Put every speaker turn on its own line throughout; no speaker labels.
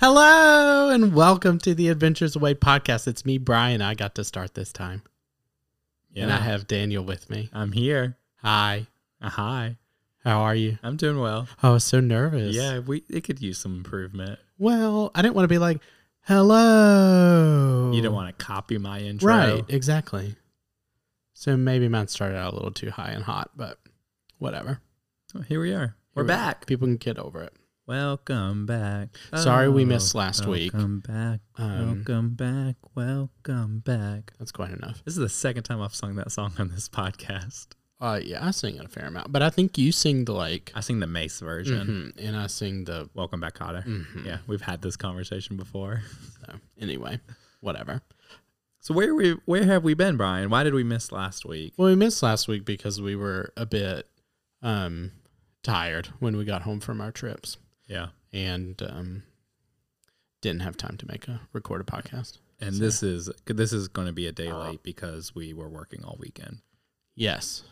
Hello and welcome to the Adventures Away podcast. It's me, Brian. I got to start this time, and I have Daniel with me.
I'm here.
Hi,
Uh, Hi.
how are you?
I'm doing well.
I was so nervous.
Yeah, we it could use some improvement.
Well, I didn't want to be like, "Hello."
You don't want to copy my intro.
right? Exactly. So maybe mine started out a little too high and hot, but whatever.
Well, here we are. We're
Here we-
back.
People can get over it.
Welcome back. Oh,
Sorry we missed last week.
Welcome back.
Um,
welcome back. Welcome back.
That's quite enough.
This is the second time I've sung that song on this podcast.
Uh, yeah, I sing it a fair amount, but I think you sing the like,
I sing the Mace version.
mhm, and I sing the
Welcome back, Cotter.
mhm.
Yeah, we've had this conversation before.
So, anyway, whatever.
So where we where have we been, Brian? Why did we miss last week?
Well, we missed last week because we were a bit um, tired when we got home from our trips
Yeah.
and um, didn't have time to make a record a podcast.
And this is this is going to be a day late because we were working all weekend.
Yes,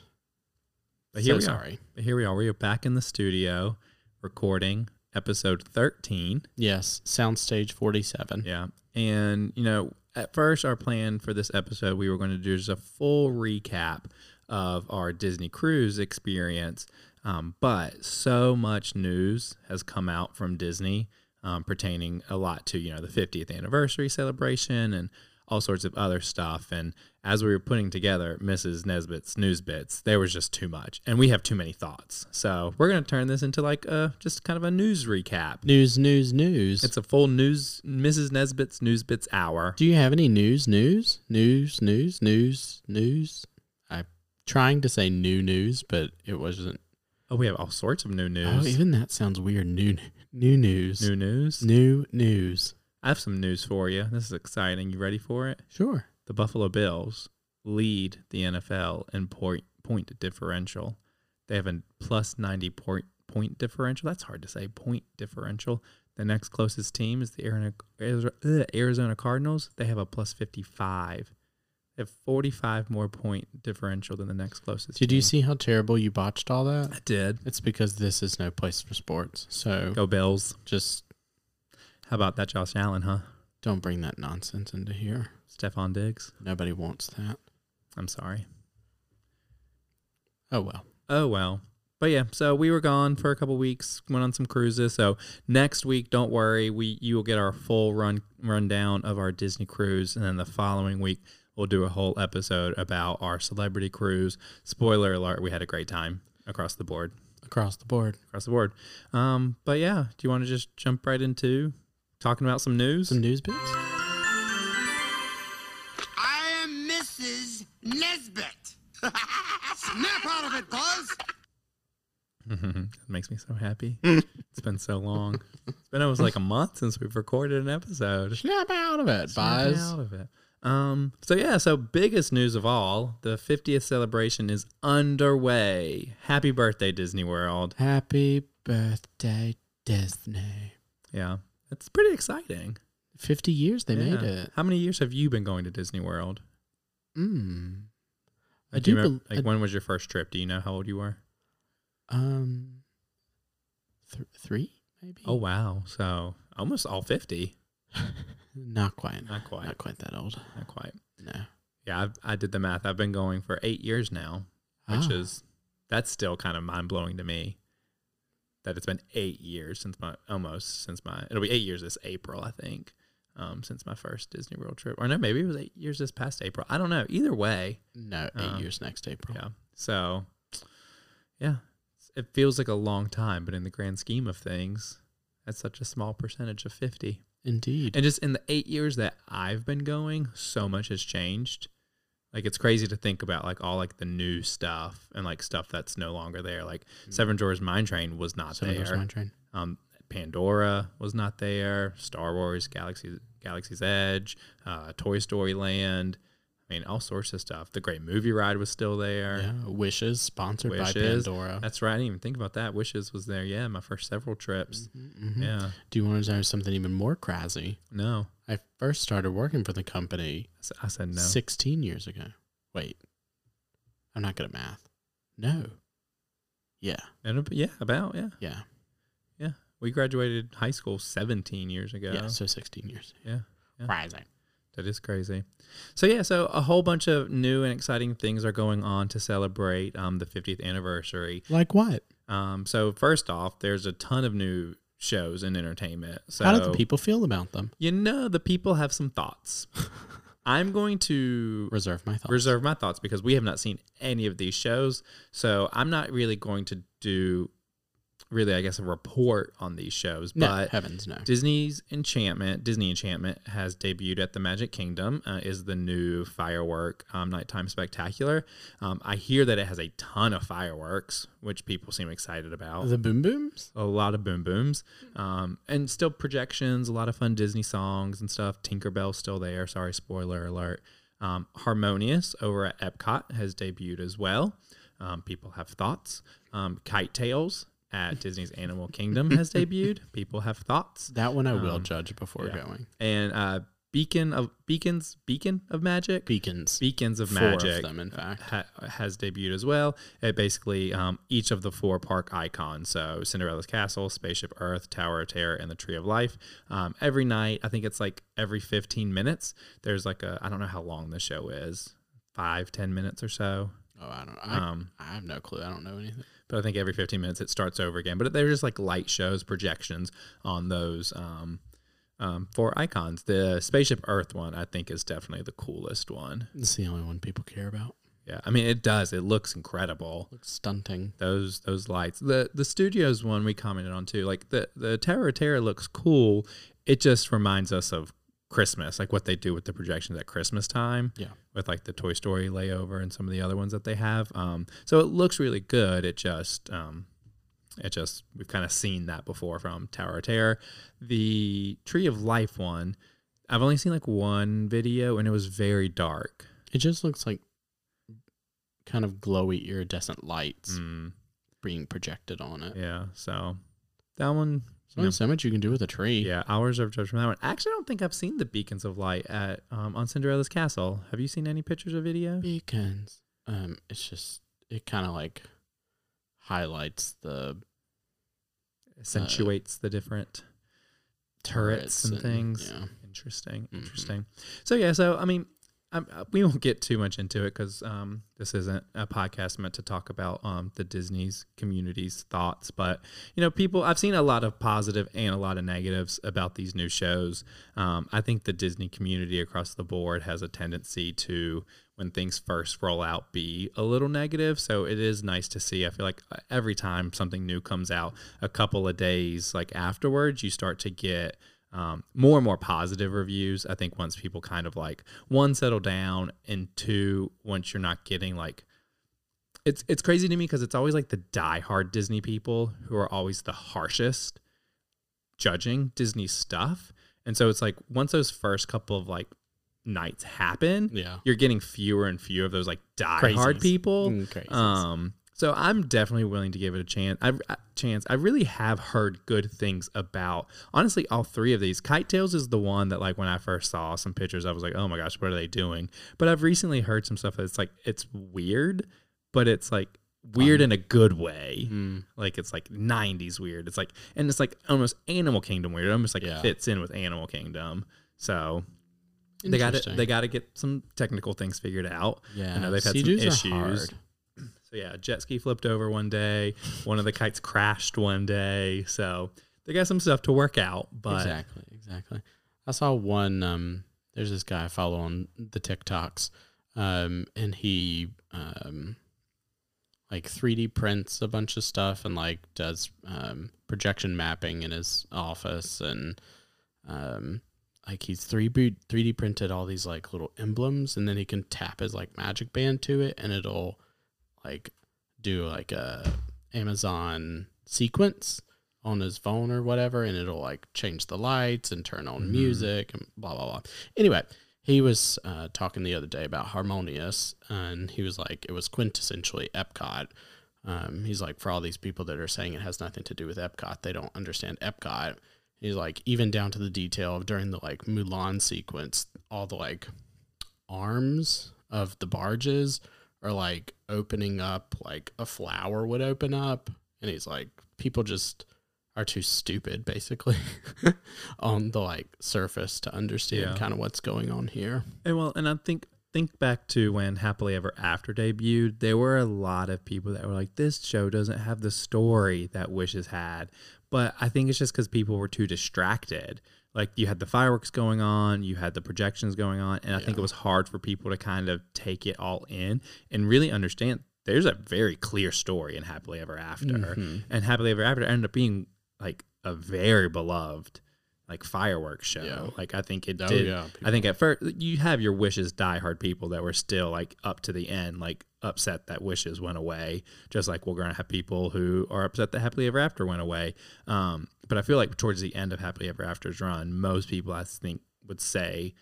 But
so
here we are.
sorry.
But here we are. We are back in the studio recording episode 13.
Yes, soundstage forty-seven.
Yeah. And, you know, at first, our plan for this episode, we were going to do just a full recap of our Disney cruise experience. Um, but so much news has come out from Disney um, pertaining a lot to, you know, the 50th anniversary celebration and all sorts of other stuff. And as we were putting together Mrs. Nesbitt's news bits, there was just too much. And we have too many thoughts. So we're going to turn this into like a just kind of a news recap.
News, news, news.
It's a full news, Mrs. Nesbitt's News Bits hour.
Do you have any news? News, news, news, news, news. I'm trying to say new news, but it wasn't.
Oh, we have all sorts of new
Oh,
news.
even that sounds weird. New, new news.
new news.
New news.
I have some news for you. This is exciting. You ready for it?
Sure.
The Buffalo Bills lead the NFL in point point differential. They have a plus ninety point point differential. That's hard to say. Point differential. The next closest team is the Arizona- Arizona Arizona Cardinals. They have a plus fifty five. They have forty five more point differential than the next closest.
Did you
team.
see how terrible you botched all that?
I did.
It's because this is no place for sports. So
Go Bills.
just
How about that Josh Allen, huh?
don't bring that nonsense into here.
Stephon Diggs.
Nobody wants that.
I'm sorry.
Oh well.
Oh well. But yeah, so we were gone for a couple weeks, went on some cruises. So next week, don't worry, we you will get our full run rundown of our Disney cruise, and then the following week we'll do a whole episode about our celebrity cruise. Spoiler alert: we had a great time across the board,
Across the board.
across the board. Um, but yeah, do you want to just jump right into talking about some news?
Some news bits?
I am Mrs. Nesbit. Snap out of it, Buzz.
it makes me so happy. it's been so long. It's been almost like a month since we've recorded an episode.
Snap out of it,
Snap
Buzz.
out of it. Um, so yeah, so biggest news of all, the 50th celebration is underway. Happy birthday, Disney World.
Happy birthday, Disney.
Yeah. It's pretty exciting.
50 years they made
Yeah.
it.
How many years have you been going to Disney World?
Mm. I
Like, do you
do
remember,
bel-
like
I-
when was your first trip? Do you know how old you were?
Um, th- three, maybe?
Oh wow. So almost all 50.
Not quite.
Not quite.
Not quite that old.
Not quite.
No.
Yeah, I've, I did the math. I've been going for 8 years now. which
Ah.
is that's still kind of mind blowing to me that it's been eight years since my almost since my it'll be eight years this April I think um, since my first Disney World trip or no maybe it was eight years this past April I don't know either way
No, eight
Uh,
years next April.
yeah so yeah it feels like a long time but in the grand scheme of things that's such a small percentage of fifty
Indeed.
and just in the eight years that I've been going, so much has changed. Like it's crazy to think about like all like the new stuff and like stuff that's no longer there. Like Seven Dwarfs Mine Train was not
Mm. Seven Dwarfs
there.
Mine Train.
Um, Pandora was not there. Star Wars, Galaxy, Galaxy's Edge, uh, Toy Story Land. I I mean, all sorts of stuff. The great movie ride was still there.
Yeah, Wishes sponsored by
Wishes.
Pandora.
That's right. I didn't even think about that. Wishes was there. Yeah, my first several trips.
Mm-hmm.
Yeah.
Do you want to know something even more crazy?
No.
I first started working for the company
I s- I said no.
16 years ago. Wait, I'm not good at math. No. Yeah,
It'll be- uh, yeah, about, yeah.
yeah,
Yeah. We graduated high school 17 years ago.
yeah. So 16 years.
Yeah. Yeah.
Crazy.
That is crazy. So yeah, so a whole bunch of new and exciting things are going on to celebrate um, the 50th anniversary.
Like what?
Um, so first off, there's a ton of new shows and entertainment. So
How do the people feel about them?
You know, the people have some thoughts. I'm going to
Reserve my thoughts.
reserve my thoughts because we have not seen any of these shows. So I'm not really going to do, really, I guess, a report on these shows.
no,
but
heavens no.
Disney's Enchantment, Disney Enchantment, has debuted at the Magic Kingdom. Uh, is the new firework um, nighttime spectacular? Um, I hear that it has a ton of fireworks, which people seem excited about.
the Boom Booms.
a lot of boom booms, um, and still projections. A lot of fun Disney songs and stuff. Tinkerbell's still there. Sorry, spoiler alert. Um, Harmonious over at Epcot has debuted as well. Um, people have thoughts. Um, Kite Tales at Disney's Animal Kingdom has debuted. People have thoughts
That one I will
Um,
judge before going.
and uh, Beacon of Beacons Beacon of Magic
Beacons.
Beacons of
Four
Magic
of them, in fact.
ha- has debuted as well. It basically um, each of the four park icons, so Cinderella's Castle, Spaceship Earth, Tower of Terror, and the Tree of Life. Um, every night, I think it's like every 15 minutes. There's like a I don't know how long the show is, five ten minutes or so.
Oh, I don't. I,
Um,
I have no clue. I don't know anything.
But I think every 15 minutes it starts over again. But they're just like light shows, projections on those um, um, four icons. The Spaceship Earth one, I think, is definitely the coolest one.
It's the only one people care about.
Yeah, I mean, it does. It looks incredible.
Looks stunting.
Those those lights. The the studios one we commented on too. Like the the Terra Terra looks cool. It just reminds us of Christmas, like what they do with the projections at Christmas time.
Yeah.
With like the Toy Story layover and some of the other ones that they have. Um, so it looks really good. It just um, it just we've kind of seen that before from Tower of Terror. The Tree of Life one, I've only seen like one video and it was very dark.
It just looks like kind of glowy iridescent lights
Mm,
being projected on it.
yeah, so that one.
There's only so much you can do with a tree.
Yeah, I'll reserve judgment from that one. Actually, I don't think I've seen the beacons of light at um, on Cinderella's castle. Have you seen any pictures or video?
Beacons. Um, it's just it kind of like highlights the
uh, Accentuates the different
turrets,
turrets and Mm-hmm. things.
Yeah.
Interesting, interesting. So yeah, so I mean, I'm, uh, we won't get too much into it because um, this isn't a podcast meant to talk about um, the Disney's community's thoughts. But you know, people, I've seen a lot of positive and a lot of negatives about these new shows. Um, I think the Disney community across the board has a tendency to, when things first roll out, be a little negative. So it is nice to see. I feel like uh, every time something new comes out, a couple of days like afterwards, you start to get um, more and more positive reviews. I think once people kind of like one settle down, and two, once you're not getting like it's it's crazy to me because it's always like the diehard Disney people who are always the harshest judging Disney stuff, and so it's like once those first couple of like nights happen,
Yeah.
you're getting fewer and fewer of those like diehard
Crazies.
people.
Mm, crazies.
Um, so I'm definitely willing to give it a chance. I a chance. I really have heard good things about. Honestly, all three of these. Kite Tales is the one that like when I first saw some pictures, I was like, oh my gosh, what are they doing? But I've recently heard some stuff that's like it's weird, but it's like weird in a good way.
Hmm.
Like it's like 90s weird. It's like and it's like almost Animal Kingdom weird. It almost like
Yeah.
fits in with Animal Kingdom. So they got to
Interesting.
they got to get some technical things figured out.
Yeah.
I know they've had
sea dudes are
some issues.
hard.
So yeah, a jet ski flipped over one day. One of the kites crashed one day. So they got some stuff to work out. But
exactly, exactly. I saw one. Um, there's this guy I follow on the TikToks, um, and he um, like 3D prints a bunch of stuff and like does um, projection mapping in his office, and um, like he's three boot 3D printed all these like little emblems, and then he can tap his like magic band to it, and it'll like do like a Amazon sequence on his phone or whatever, and it'll like change the lights and turn on music and blah blah blah. Anyway, he was uh, talking the other day about Harmonious, and he was like, it was quintessentially Epcot. Um, he's like, for all these people that are saying it has nothing to do with Epcot, they don't understand Epcot. He's like, even down to the detail of during the like Mulan sequence, all the like arms of the barges are like opening up, like a flower would open up. And he's like, people just are too stupid, basically, on the like surface to understand
Yeah.
kind of what's going on here.
And well, and I think think back to when Happily Ever After debuted, there were a lot of people that were like, "This show doesn't have the story that Wishes had." But I think it's just because people were too distracted. Like you had the fireworks going on, you had the projections going on, and I think it was hard for people to kind of take it all in and really understand. There's a very clear story in Happily Ever After, and Happily Ever After ended up being like a very beloved like fireworks show.
Yeah.
Like I think it
Oh,
did.
yeah,
I think at first you have your wishes diehard people that were still like up to the end, like upset that wishes went away. Just like we're gonna have people who are upset that happily ever after went away. Um, but I feel like towards the end of happily ever after's run, most people I think would say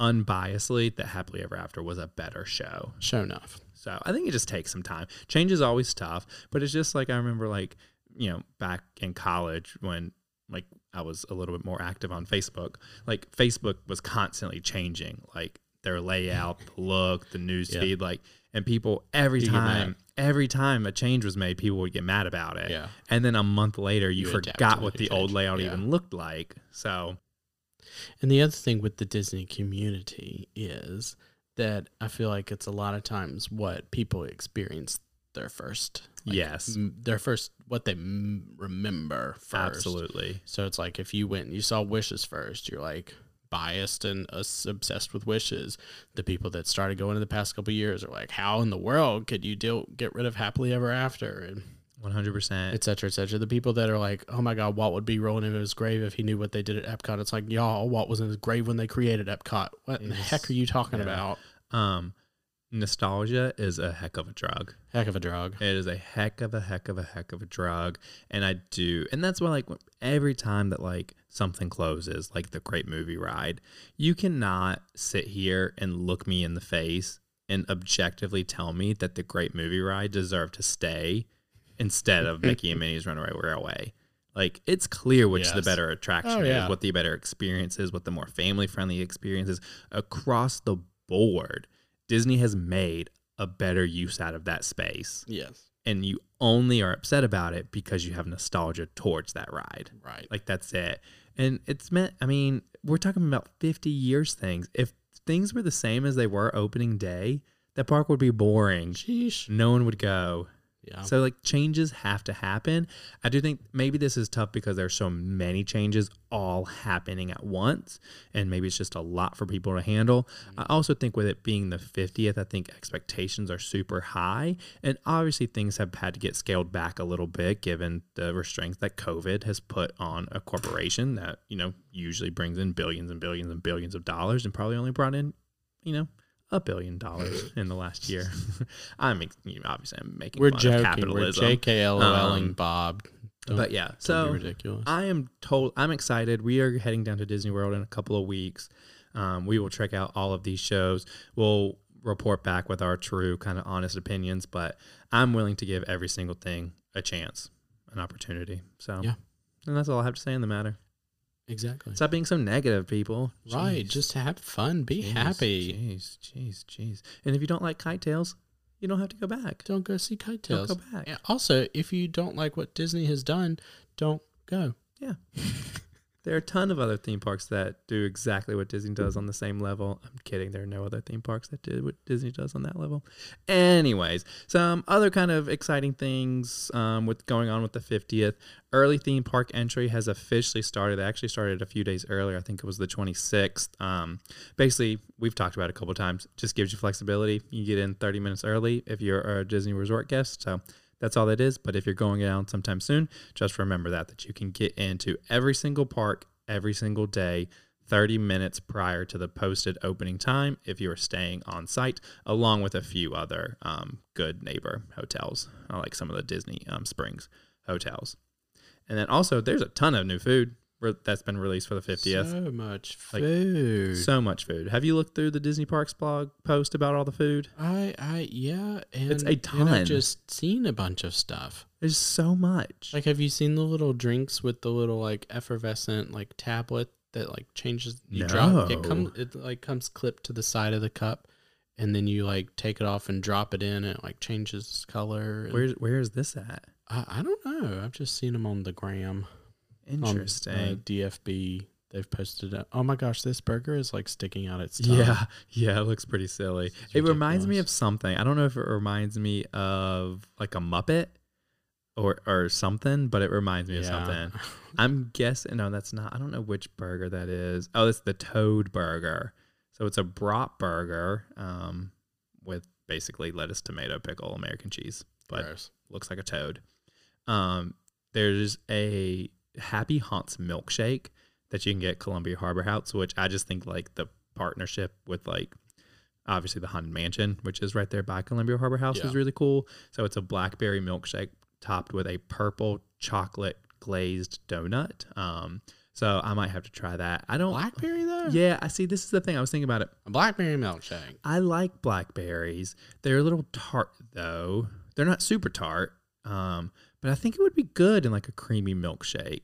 unbiasedly that happily ever after was a better show.
Sure enough.
So I think it just takes some time. Change is always tough, but it's just like I remember, like you know, back in college when like I was a little bit more active on Facebook. Like Facebook was constantly changing, like their layout, the look, the news
Yeah.
feed, like and people every
You get mad.
time. Every time a change was made, people would get mad about it.
Yeah.
And then a month later, you,
You adapt to
forgot
the
what
new
the old
change.
layout
Yeah.
even looked like. So
And the other thing with the Disney community is that I feel like it's a lot of times what people experience their first. like,
Yes.
m- Their first, what they m- remember first.
absolutely,
So it's like if you went and you saw Wishes first, you're like biased and us obsessed with Wishes. The people that started going in the past couple of years are like, how in the world could you deal get rid of Happily Ever After and
one hundred percent.
et cetera, et cetera. The people that are like, oh my God, Walt would be rolling in his grave if he knew what they did at Epcot. It's like, y'all, Walt was in his grave when they created Epcot. What in the
Yes.
heck are you talking
Yeah.
about?
Um, nostalgia is a heck of a drug.
Heck of a drug.
It is a heck of a heck of a heck of a drug, and I do, and that's why like every time that like something closes, like the Great Movie Ride, you cannot sit here and look me in the face and objectively tell me that the Great Movie Ride deserved to stay instead of Mickey and Minnie's Runaway Railway. Like it's clear which the
Yes.
better attraction
Oh,
is,
yeah.
what the better experience is, what the more family friendly experience is across the board. Disney has made a better use out of that space
Yes.
and you only are upset about it because you have nostalgia towards that ride.
Right.
Like that's it. And it's meant I mean, we're talking about 50 years things. If things were the same as they were opening day, that park would be boring.
sheesh.
No one would go.
Yeah.
So like changes have to happen. I do think maybe this is tough because there's so many changes all happening at once, and maybe it's just a lot for people to handle. I also think with it being the 50th, I think expectations are super high, and obviously things have had to get scaled back a little bit given the restraints that COVID has put on a corporation that you know usually brings in billions and billions and billions of dollars, and probably only brought in you know. A billion dollars in the last year. I'm ex- you know, obviously I'm making
We're
fun of
joking. We're
capitalism.
JKLOLing
Um,
Bob. Don't,
but yeah,
don't
so
be ridiculous.
I am told I'm excited. We are heading down to Disney World in a couple of weeks. Um, we will check out all of these shows. We'll report back with our true kind of honest opinions, but I'm willing to give every single thing a chance, an opportunity. So
Yeah.
and that's all I have to say in the matter.
exactly.
Stop being so negative, people.
right.
Jeez,
Just have fun. Be
jeez,
happy.
Jeez, jeez, jeez. And if you don't like kite tails, you don't have to go back.
Don't go see
Don't
Kitetails.
go back.
And Also, if you don't like what Disney has done, don't go.
Yeah. there are a ton of other theme parks that do exactly what Disney does on the same level. I'm kidding. There are no other theme parks that do what Disney does on that level. Anyways, some other kind of exciting things um, with going on with the 50th. Early theme park entry has officially started. They actually started a few days earlier. I think it was the 26th. Um, basically, we've talked about it a couple times. Just gives you flexibility. You get in 30 minutes early if you're a Disney resort guest. So that's all that is. But if you're going down sometime soon, just remember that that you can get into every single park every single day. 30 minutes prior to the posted opening time if you are staying on site, along with a few other um, good neighbor hotels, uh, like some of the Disney um, Springs hotels. And then also, there's a ton of new food. re- that's been released for the 50th.
So much
Like,
food.
So much food. Have you looked through the Disney Parks blog post about all the food?
I, I, yeah, and
It's a
And
ton.
I've just seen a bunch of stuff.
There's so much.
Like, have you seen the little drinks with the little like effervescent like tablet that like changes? You drop it
No.
comes it like comes clipped to the side of the cup, and then you like take it off and drop it in, and it like changes color. and-
Where's where is this at?
I, I don't know. I've just seen them on the gram. on, uh,
Interesting.
DFB. They've posted. it. oh my gosh, this burger is like sticking out its tongue.
yeah, yeah, it looks pretty silly. It
It's
reminds me of
ridiculous.
something. I don't know if it reminds me of like a Muppet or or something, but it reminds me of something. I'm guessing. No, that's not. I don't know which burger that is. Oh, it's the Toad Burger. So it's a brat burger um, with basically lettuce, tomato, pickle, American cheese, but
Gross.
looks like a toad. Um, there's a Happy Haunts milkshake that you can get at Columbia Harbor House, which I just think like the partnership with like obviously the Haunted Mansion, which is right there by Columbia Harbor House,
Yeah.
is really cool. So it's a blackberry milkshake topped with a purple chocolate glazed donut. Um, so I might have to try that. I don't.
blackberry though.
Yeah, I see. This is the thing I was thinking about it.
A blackberry milkshake.
I like blackberries. They're a little tart though. They're not super tart. Um, but I think it would be good in like a creamy milkshake.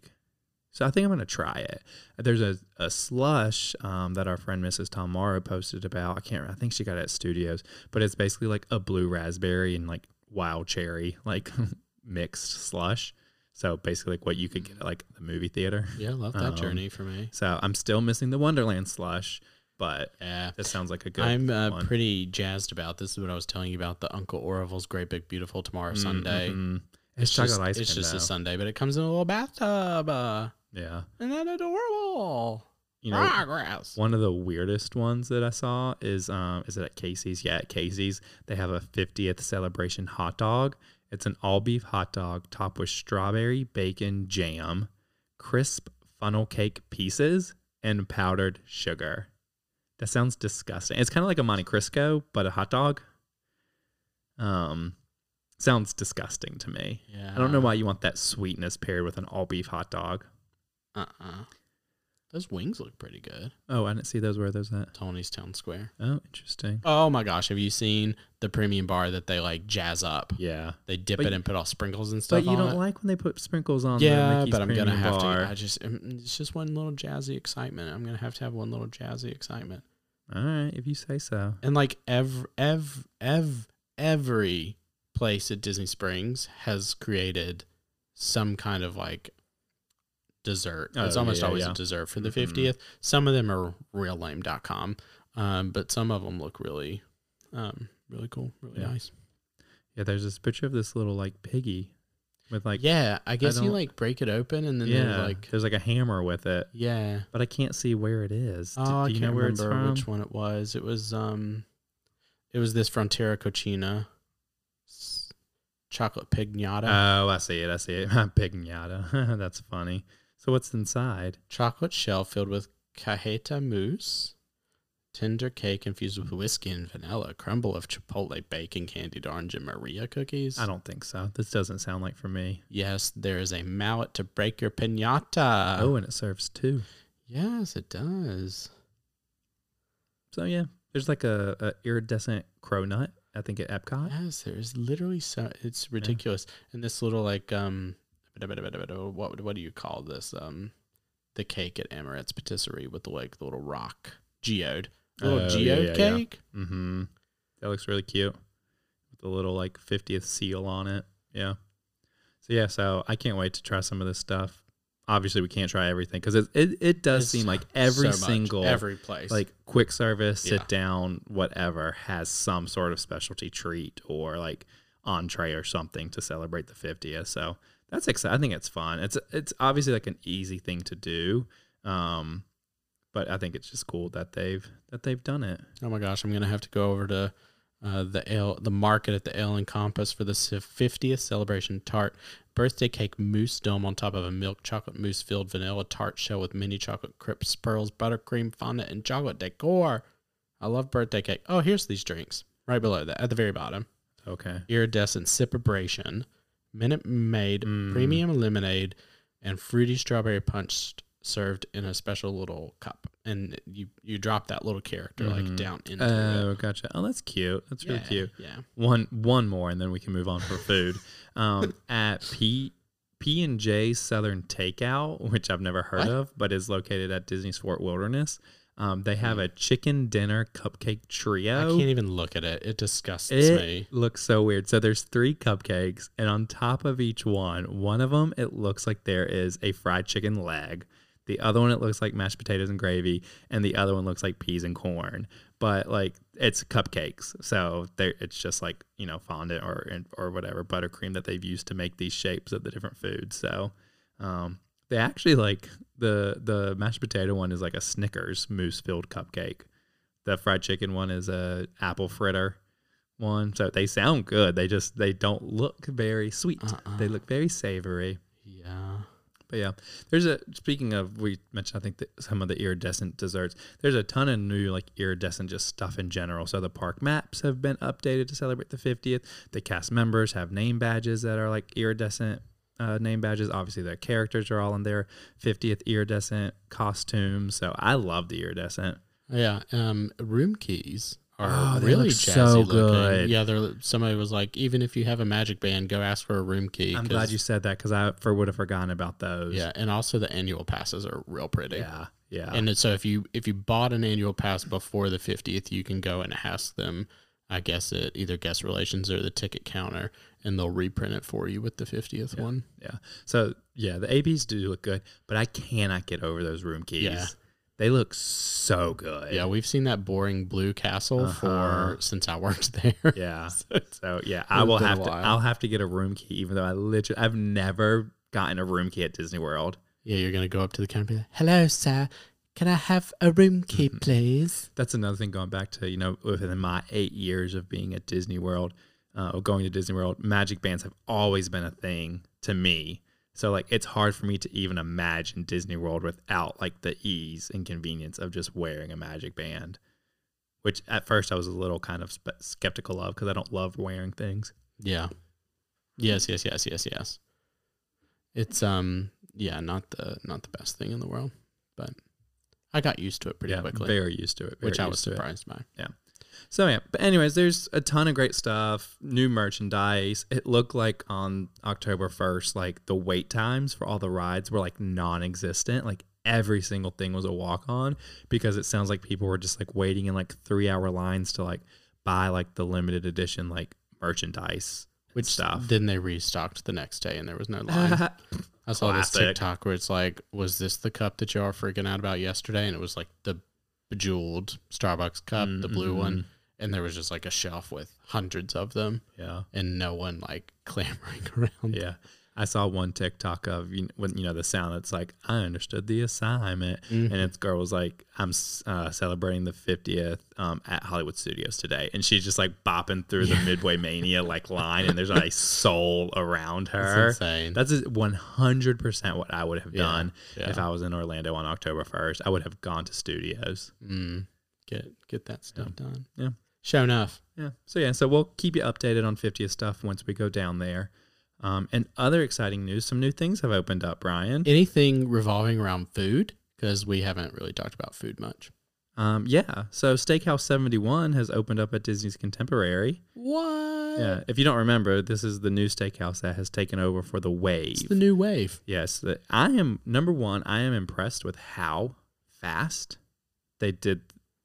So I think I'm gonna try it. There's a, a slush um, that our friend Mrs. Tom Morrow posted about. I can't. I think she got it at Studios, but it's basically like a blue raspberry and like wild cherry, like mixed slush. So basically, like what you could get at like the movie theater.
Yeah, love that
Um,
journey for me.
So I'm still missing the Wonderland slush, but
Yeah.
this sounds like a good.
I'm uh,
one.
pretty jazzed about this. Is what I was telling you about the Uncle Orville's Great Big Beautiful Tomorrow Sunday.
Mhm. It's, chocolate
just,
ice cream.
It's just a
though.
Sunday, but it comes in a little bathtub. Uh,
yeah.
and that adorable
You know,
Ah! progress.
one of the weirdest ones that I saw is um is it at Casey's? Yeah, at Casey's they have a 50th celebration hot dog. It's an all beef hot dog topped with strawberry, bacon, jam, crisp funnel cake pieces, and powdered sugar. That sounds disgusting. It's kind of like a Monte Cristo, but a hot dog. Um, sounds disgusting to me.
Yeah.
I don't know why you want that sweetness paired with an all beef hot dog.
Uh uh Those wings look pretty good.
Oh, I didn't see those. Where are those at?
Tony's Town Square.
Oh, interesting.
Oh my gosh, have you seen the premium bar that they like jazz up?
Yeah.
They dip
But
it
you-
and put all sprinkles and stuff.
But you
on
don't
it.
like when they put sprinkles on the
Yeah,
Mickey's
but I'm gonna
Premium
have
bar.
to. I just um, it's just one little jazzy excitement. I'm gonna have to have one little jazzy excitement.
All right, if you say so.
And like ev ev ev every place at Disney Springs has created some kind of like dessert.
Oh,
it's almost
yeah,
always
yeah.
a dessert for the
Mhm.
50th. Some of them are reallame.com, um, but some of them look really, um, really cool, really
Yeah.
nice.
Yeah, there's this picture of this little like piggy with like
yeah, I guess you
don't-
like break it open and then
yeah,
there's like
there's like a hammer with it,
yeah.
but I can't see where it is. D-
Oh, I
do you
can't
know where it's
remember
from?
which one it was. It was um, it was this Frontera Cochina s- chocolate pignata,
Oh, I see it. I see it. Pignata. That's funny. So what's inside?
chocolate shell filled with cajeta mousse, tender cake infused with whiskey and vanilla, crumble of chipotle bacon, candied orange, and Maria cookies.
I don't think so. This doesn't sound like for me.
Yes, there is a mallet to break your pinata.
oh, and it serves two.
yes, it does.
So yeah, there's like a, a iridescent cronut. I think at Epcot.
Yes, there is literally so it's ridiculous. And this little like um what would- what do you call this? Um the cake at Emirates Patisserie with the like the little rock geode. The little
Oh, yeah,
geode
yeah, yeah.
cake.
Mm-hmm. That looks really cute with the little like 50th seal on it. Yeah. So yeah, so I can't wait to try some of this stuff. Obviously, we can't try everything because it, it it does
It's
seem like every
So much,
single
every place.
like quick service,
Yeah.
sit down, whatever has some sort of specialty treat or like entree or something to celebrate the 50th. So that's exciting. I think it's fun. It's it's obviously like an easy thing to do, um, but I think it's just cool that they've that they've done it.
oh my gosh, I'm gonna have to go over to uh, the ale the market at the ale and compass for the fiftieth celebration tart birthday cake mousse dome on top of a milk chocolate mousse filled vanilla tart shell with mini chocolate crisps pearls buttercream fondant and chocolate decor. I love birthday cake. Oh, here's these drinks right below that at the very bottom.
Okay.
Iridescent Sipibration, Minute Maid
Mm.
Premium Lemonade, and Fruity Strawberry Punch served in a special little cup, and you you drop that little character like down into it.
Mm-hmm. Oh, gotcha. Oh, that's cute. That's really
Yeah,
cute.
Yeah.
One one more, and then we can move on for food. um, at P P and J Southern Takeout, which I've never heard
What?
of, but is located at Disney's Fort Wilderness. Um, they have a chicken dinner cupcake trio.
Hmm. I can't even look at it. It disgusts
Oh. It
me.
looks so weird. So there's three cupcakes, and on top of each one, one of them it looks like there is a fried chicken leg. The other one it looks like mashed potatoes and gravy, and the other one looks like peas and corn. But like it's cupcakes, so they it's just like you know fondant or or whatever buttercream that they've used to make these shapes of the different foods. So um, they actually like the the mashed potato one is like a Snickers mousse filled cupcake. The fried chicken one is a apple fritter one. So they sound good. They just they don't look very sweet.
Uh-uh.
They look very savory.
Yeah.
But yeah, there's a speaking of we mentioned I think that some of the iridescent desserts. There's a ton of new like iridescent just stuff in general. So the park maps have been updated to celebrate the 50th. The cast members have name badges that are like iridescent uh, name badges. Obviously, their characters are all in their 50th iridescent costumes. So I love the iridescent.
Yeah. Um, room keys are
Oh, they
really
look
jazzy
so
looking.
good.
Yeah. They're, somebody was like, even if you have a magic band, go ask for a room key.
I'm glad
'cause-
you said that because I for would have forgotten about those.
Yeah, and also the annual passes are real pretty.
Yeah. Yeah.
And it's- so if you if you bought an annual pass before the 50th, you can go and ask them. I guess at either guest relations or the ticket counter, and they'll reprint it for you with the 50th one.
Yeah. So yeah, the ABs do look good, but I cannot get over those room keys.
Yeah.
They look so good.
Yeah, we've seen that boring blue castle for
Uh-huh.
since I worked there.
Yeah. so yeah, I
It's
will
been a
have to
while.
I'll have to get a room key even though I literally I've never gotten a room key at Disney World.
Yeah, you're gonna go up to the counter and be like, "Hello, sir. Can I have a room key, please?"
That's another thing going back to, you know, within my 8 years of being at Disney World uh, or going to Disney World, magic bands have always been a thing to me. So like it's hard for me to even imagine Disney World without like the ease and convenience of just wearing a magic band. Which at first I was a little kind of spe- skeptical of because I don't love wearing things.
Yeah. Yes, yes, yes, yes, yes. It's um yeah, not the not the best thing in the world, but I got used to it pretty
yeah,
quickly,
very used to it.
which
very
I was
used to it.
surprised by.
So yeah, but anyways, there's a ton of great stuff, new merchandise. It looked like on October 1st, like the wait times for all the rides were like non-existent. Like every single thing was a walk on because it sounds like people were just like waiting in like 3-hour lines to like buy like the limited edition like merchandise and
Which
stuff.
Then they restocked the next day, and there was no line. I saw this
Classic.
TikTok where it's like, "Was this the cup that y'all were freaking out about yesterday?" And it was like the bejeweled Starbucks cup, the
Mm-hmm.
blue one, and there was just like a shelf with hundreds of them,
yeah.
and no one like clamoring around.
Yeah. I saw one TikTok of you know, when you know the sound that's like I understood the assignment,
Mm-hmm.
and it's girl was like I'm s- uh, celebrating the 50th um, at Hollywood Studios today, and she's just like bopping through the Midway Mania like line, and there's not a soul around her.
insane.
That's is 100% what I would have done
yeah.
if I was in Orlando on October 1st. I would have gone to studios.
Mm, get get that stuff done.
Yeah.
Show enough.
Yeah. So yeah, so we'll keep you updated on 50th stuff once we go down there. Um, and other exciting news, some new things have opened up, Brian.
Anything revolving around food because we haven't really talked about food much.
Um, yeah. So Steakhouse 71 has opened up at Disney's Contemporary.
What?
Yeah. If you don't remember, this is the new steakhouse that has taken over for the wave.
It's the new wave.
yes. the- I am number one. I am impressed with how fast they did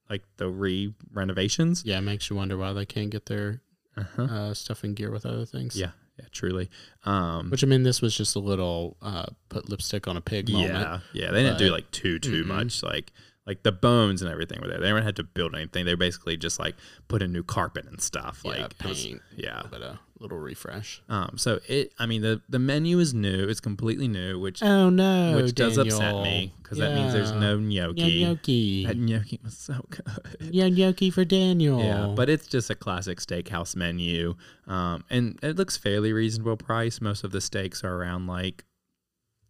like the re renovations.
Yeah, it makes you wonder why they can't get their
Uh-huh.
uh, stuff in gear with other things.
Yeah. Yeah. Truly. Um,
Which I mean, this was just a little uh, put lipstick on a pig moment.
Yeah, yeah. They didn't
but-
do
Mm-hmm.
like too too
Mm-mm.
much. Like like the bones and everything were there. They didn't have to build anything. They basically just like put in new carpet and stuff.
Yeah,
Like it was-
paint.
yeah.
But a little refresh.
Um. So it. I mean the the menu is new. It's completely new, which
Oh no,
which does upset me because that means there's no gnocchi.
gnocchi.
That gnocchi was so good.
Yeah, gnocchi for Daniel.
Yeah, but it's just a classic steakhouse menu, um, and it looks fairly reasonable price. Most of the steaks are around like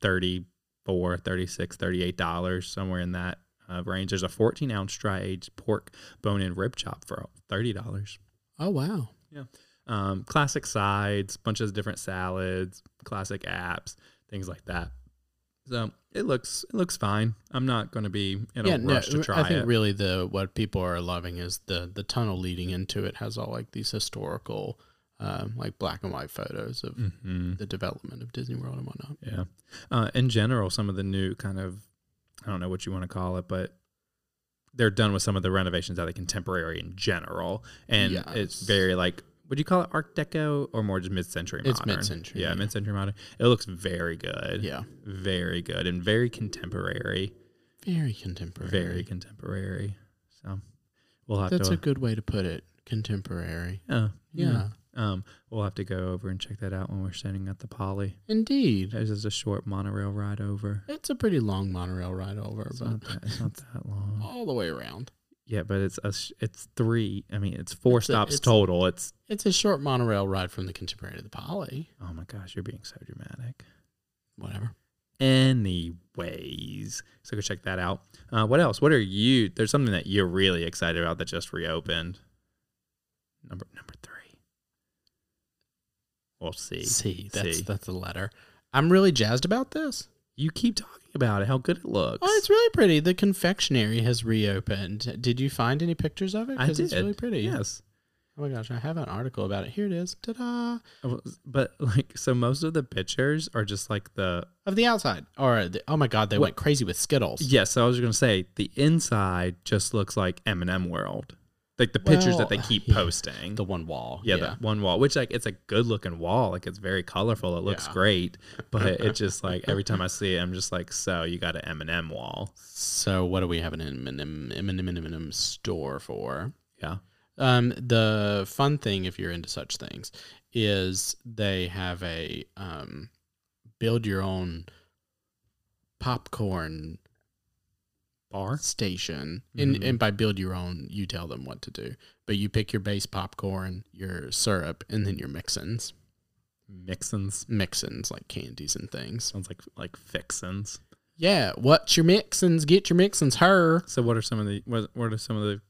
34 36 38 dollars somewhere in that uh, range. There's a 14 ounce dry aged pork bone in rib chop for thirty dollars.
oh wow.
Yeah. Um, classic sides, bunches of different salads, classic apps, things like that. So it looks it looks fine. I'm not going to be in
yeah,
a
no,
rush to try
I think
it.
really the what people are loving is the the tunnel leading into it has all like these historical, um, like black and white photos of
Mhm.
the development of Disney World and whatnot.
Yeah. Uh, in general, some of the new kind of, I don't know what you want to call it, but they're done with some of the renovations that are contemporary in general. And
Yes.
it's very like, would you call it Art Deco or more just mid century modern?
It's mid-century,
Yeah,
yeah.
mid century modern. It looks very good.
Yeah,
Very good and very contemporary.
very contemporary.
Very contemporary. So we'll have
That's
to.
a good way to put it. Contemporary.
yeah.
Yeah,
Um, we'll have to go over and check that out when we're standing at the Poly.
indeed.
There's just a short monorail ride over.
It's a pretty long monorail ride over,
It's
but
not that, it's not that long.
all the way around.
Yeah, but it's a, sh- it's three. I mean, it's four
It's a-
stops
it's-
total. It's
It's a short monorail ride from the Contemporary to the Poly.
oh my gosh, you're being so dramatic.
Whatever.
Anyways, so go check that out. Uh, what else? What are you? There's something that you're really excited about that just reopened. Number number three. We'll see.
See, that's
See.
that's the letter. I'm really jazzed about this.
You keep talking about it. How good it looks.
Oh, it's really pretty. The confectionery has reopened. Did you find any pictures of it?
I did.
It's really pretty.
Yes.
Oh my gosh, I have an article about it. Here it is. Ta-da!
I was- But like, so most of the pictures are just like the
Of the outside. Or the, oh my god, they
What-
went crazy with Skittles.
Yes, I was going to say the inside just looks like M&M World, like the pictures that they
Well,
keep
yeah.
posting.
The one wall.
yeah, that one wall, which like it's a good looking wall, like it's very colorful. It looks
Yeah.
great, but it just like every time I see it, I'm just like, so you got an M&M wall?
So what do we have an M&M, M&M, M&M store for?
Yeah,
Um, the fun thing, if you're into such things, is they have a um, build your own popcorn
bar.
station
Mhm.
and and by build your own you tell them what to do but you pick your base popcorn your syrup and then your mixins
Mixins
mixins like candies and things
sounds like like fixins.
yeah what's your mixins get your mixins her
So what are some of the what, what are some of the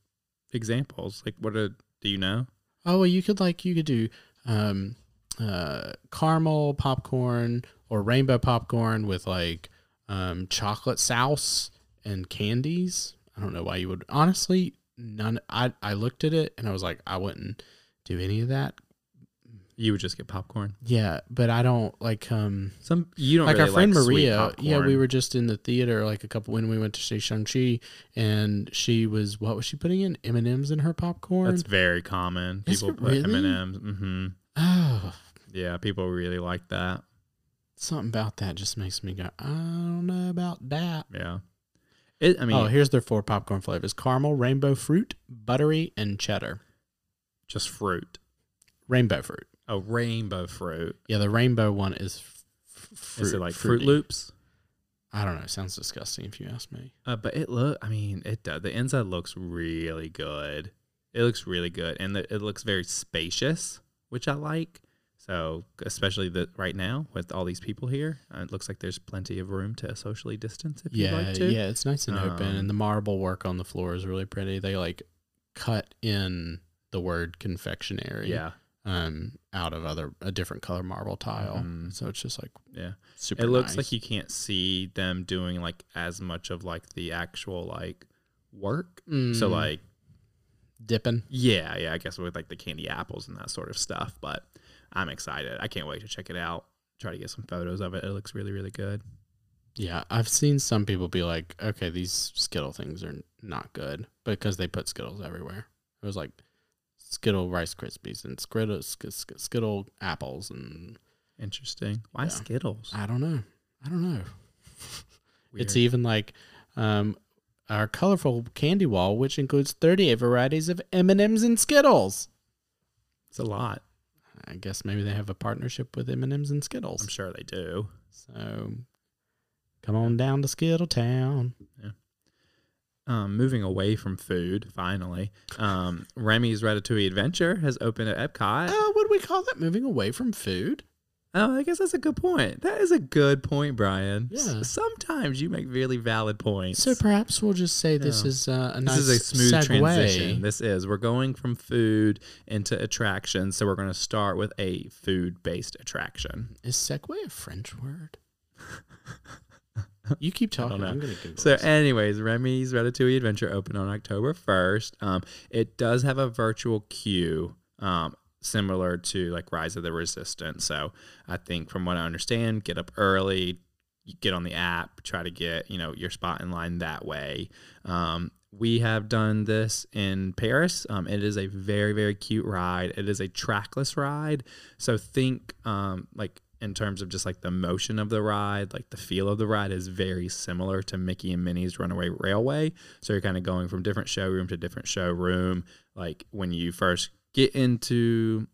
examples? Like what are do you know?
oh well you could like you could do um uh caramel popcorn or rainbow popcorn with like um chocolate sauce and candies i don't know why you would honestly none i i looked at it and i was like i wouldn't do any of that
You would just get popcorn.
Yeah, but I don't like um
Some you don't
like
really
our friend
like sweet
Maria. Yeah, we
popcorn.
were just in the theater like a couple when we went to see Shang Chi, and she was what was she putting in M and M's in her popcorn?
That's very common.
Is
People
it
put M
really?
and M's. Mm-hmm.
oh,
Yeah, people really like that.
something about that just makes me go. I don't know about that.
Yeah. It. I mean,
oh, here's their four popcorn flavors: caramel, rainbow fruit, buttery, and cheddar.
just fruit.
Rainbow fruit.
A rainbow fruit.
Yeah, the rainbow one is. F- fruit,
Is it like
fruity.
Fruit Loops?
I don't know. Sounds disgusting if you ask me.
Uh, but it look. I mean, it does. The inside looks really good. It looks really good, and the, it looks very spacious, which I like. So, especially the right now with all these people here, uh, it looks like there's plenty of room to socially distance if
Yeah,
you'd like to.
yeah, it's nice and open,
Um,
and the marble work on the floor is really pretty. They like cut in the word confectionery,
Yeah.
um, out of other a different color marble tile,
Mhm.
so it's just like
Yeah.
super.
it looks
nice.
like you can't see them doing like as much of like the actual like work. So
Mm,
like
dipping.
yeah, yeah, I guess with like the candy apples and that sort of stuff. But I'm excited. I can't wait to check it out. Try to get some photos of it. It looks really, really good.
Yeah, I've seen some people be like, "Okay, these Skittle things are not good because they put Skittles everywhere." It was like Skittle Rice Krispies and Skittle Sk- Sk- Skittle apples, and
Interesting. Why
Yeah.
Skittles?
I don't know. I don't know. It's e
Weird.
even like um, our colorful candy wall, which includes 38 varieties of M&Ms and Skittles.
it's a lot.
I guess maybe they have a partnership with M&Ms and Skittles.
I'm sure they do.
So come on down to Skittle Town.
Um, moving away from food, finally, um, Remy's Ratatouille Adventure has opened at Epcot.
Oh, what do we call that? Moving away from food?
Oh, I guess that's a good point. That is a good point, Brian. S-
Yeah.
sometimes you make really valid points.
So perhaps we'll just say this
Yeah.
is uh, a
this
nice
is a smooth
segue.
transition. This is. We're going from food into attractions. So we're going to start with a food based attraction.
Is segue a French word? You keep talking.
know.
I'm gonna Google
So,
this.
anyways, Remy's Ratatouille Adventure opened on October 1st. Um, it does have a virtual queue, um, similar to like Rise of the Resistance. So, I think from what I understand, get up early, you get on the app, try to get you know your spot in line that way. Um, we have done this in Paris. Um, it is a very very cute ride. It is a trackless ride. So think um, like in terms of just like the motion of the ride, like the feel of the ride is very similar to Mickey and Minnie's Runaway Railway. So you're kind of going from different showroom to different showroom. Like when you first get into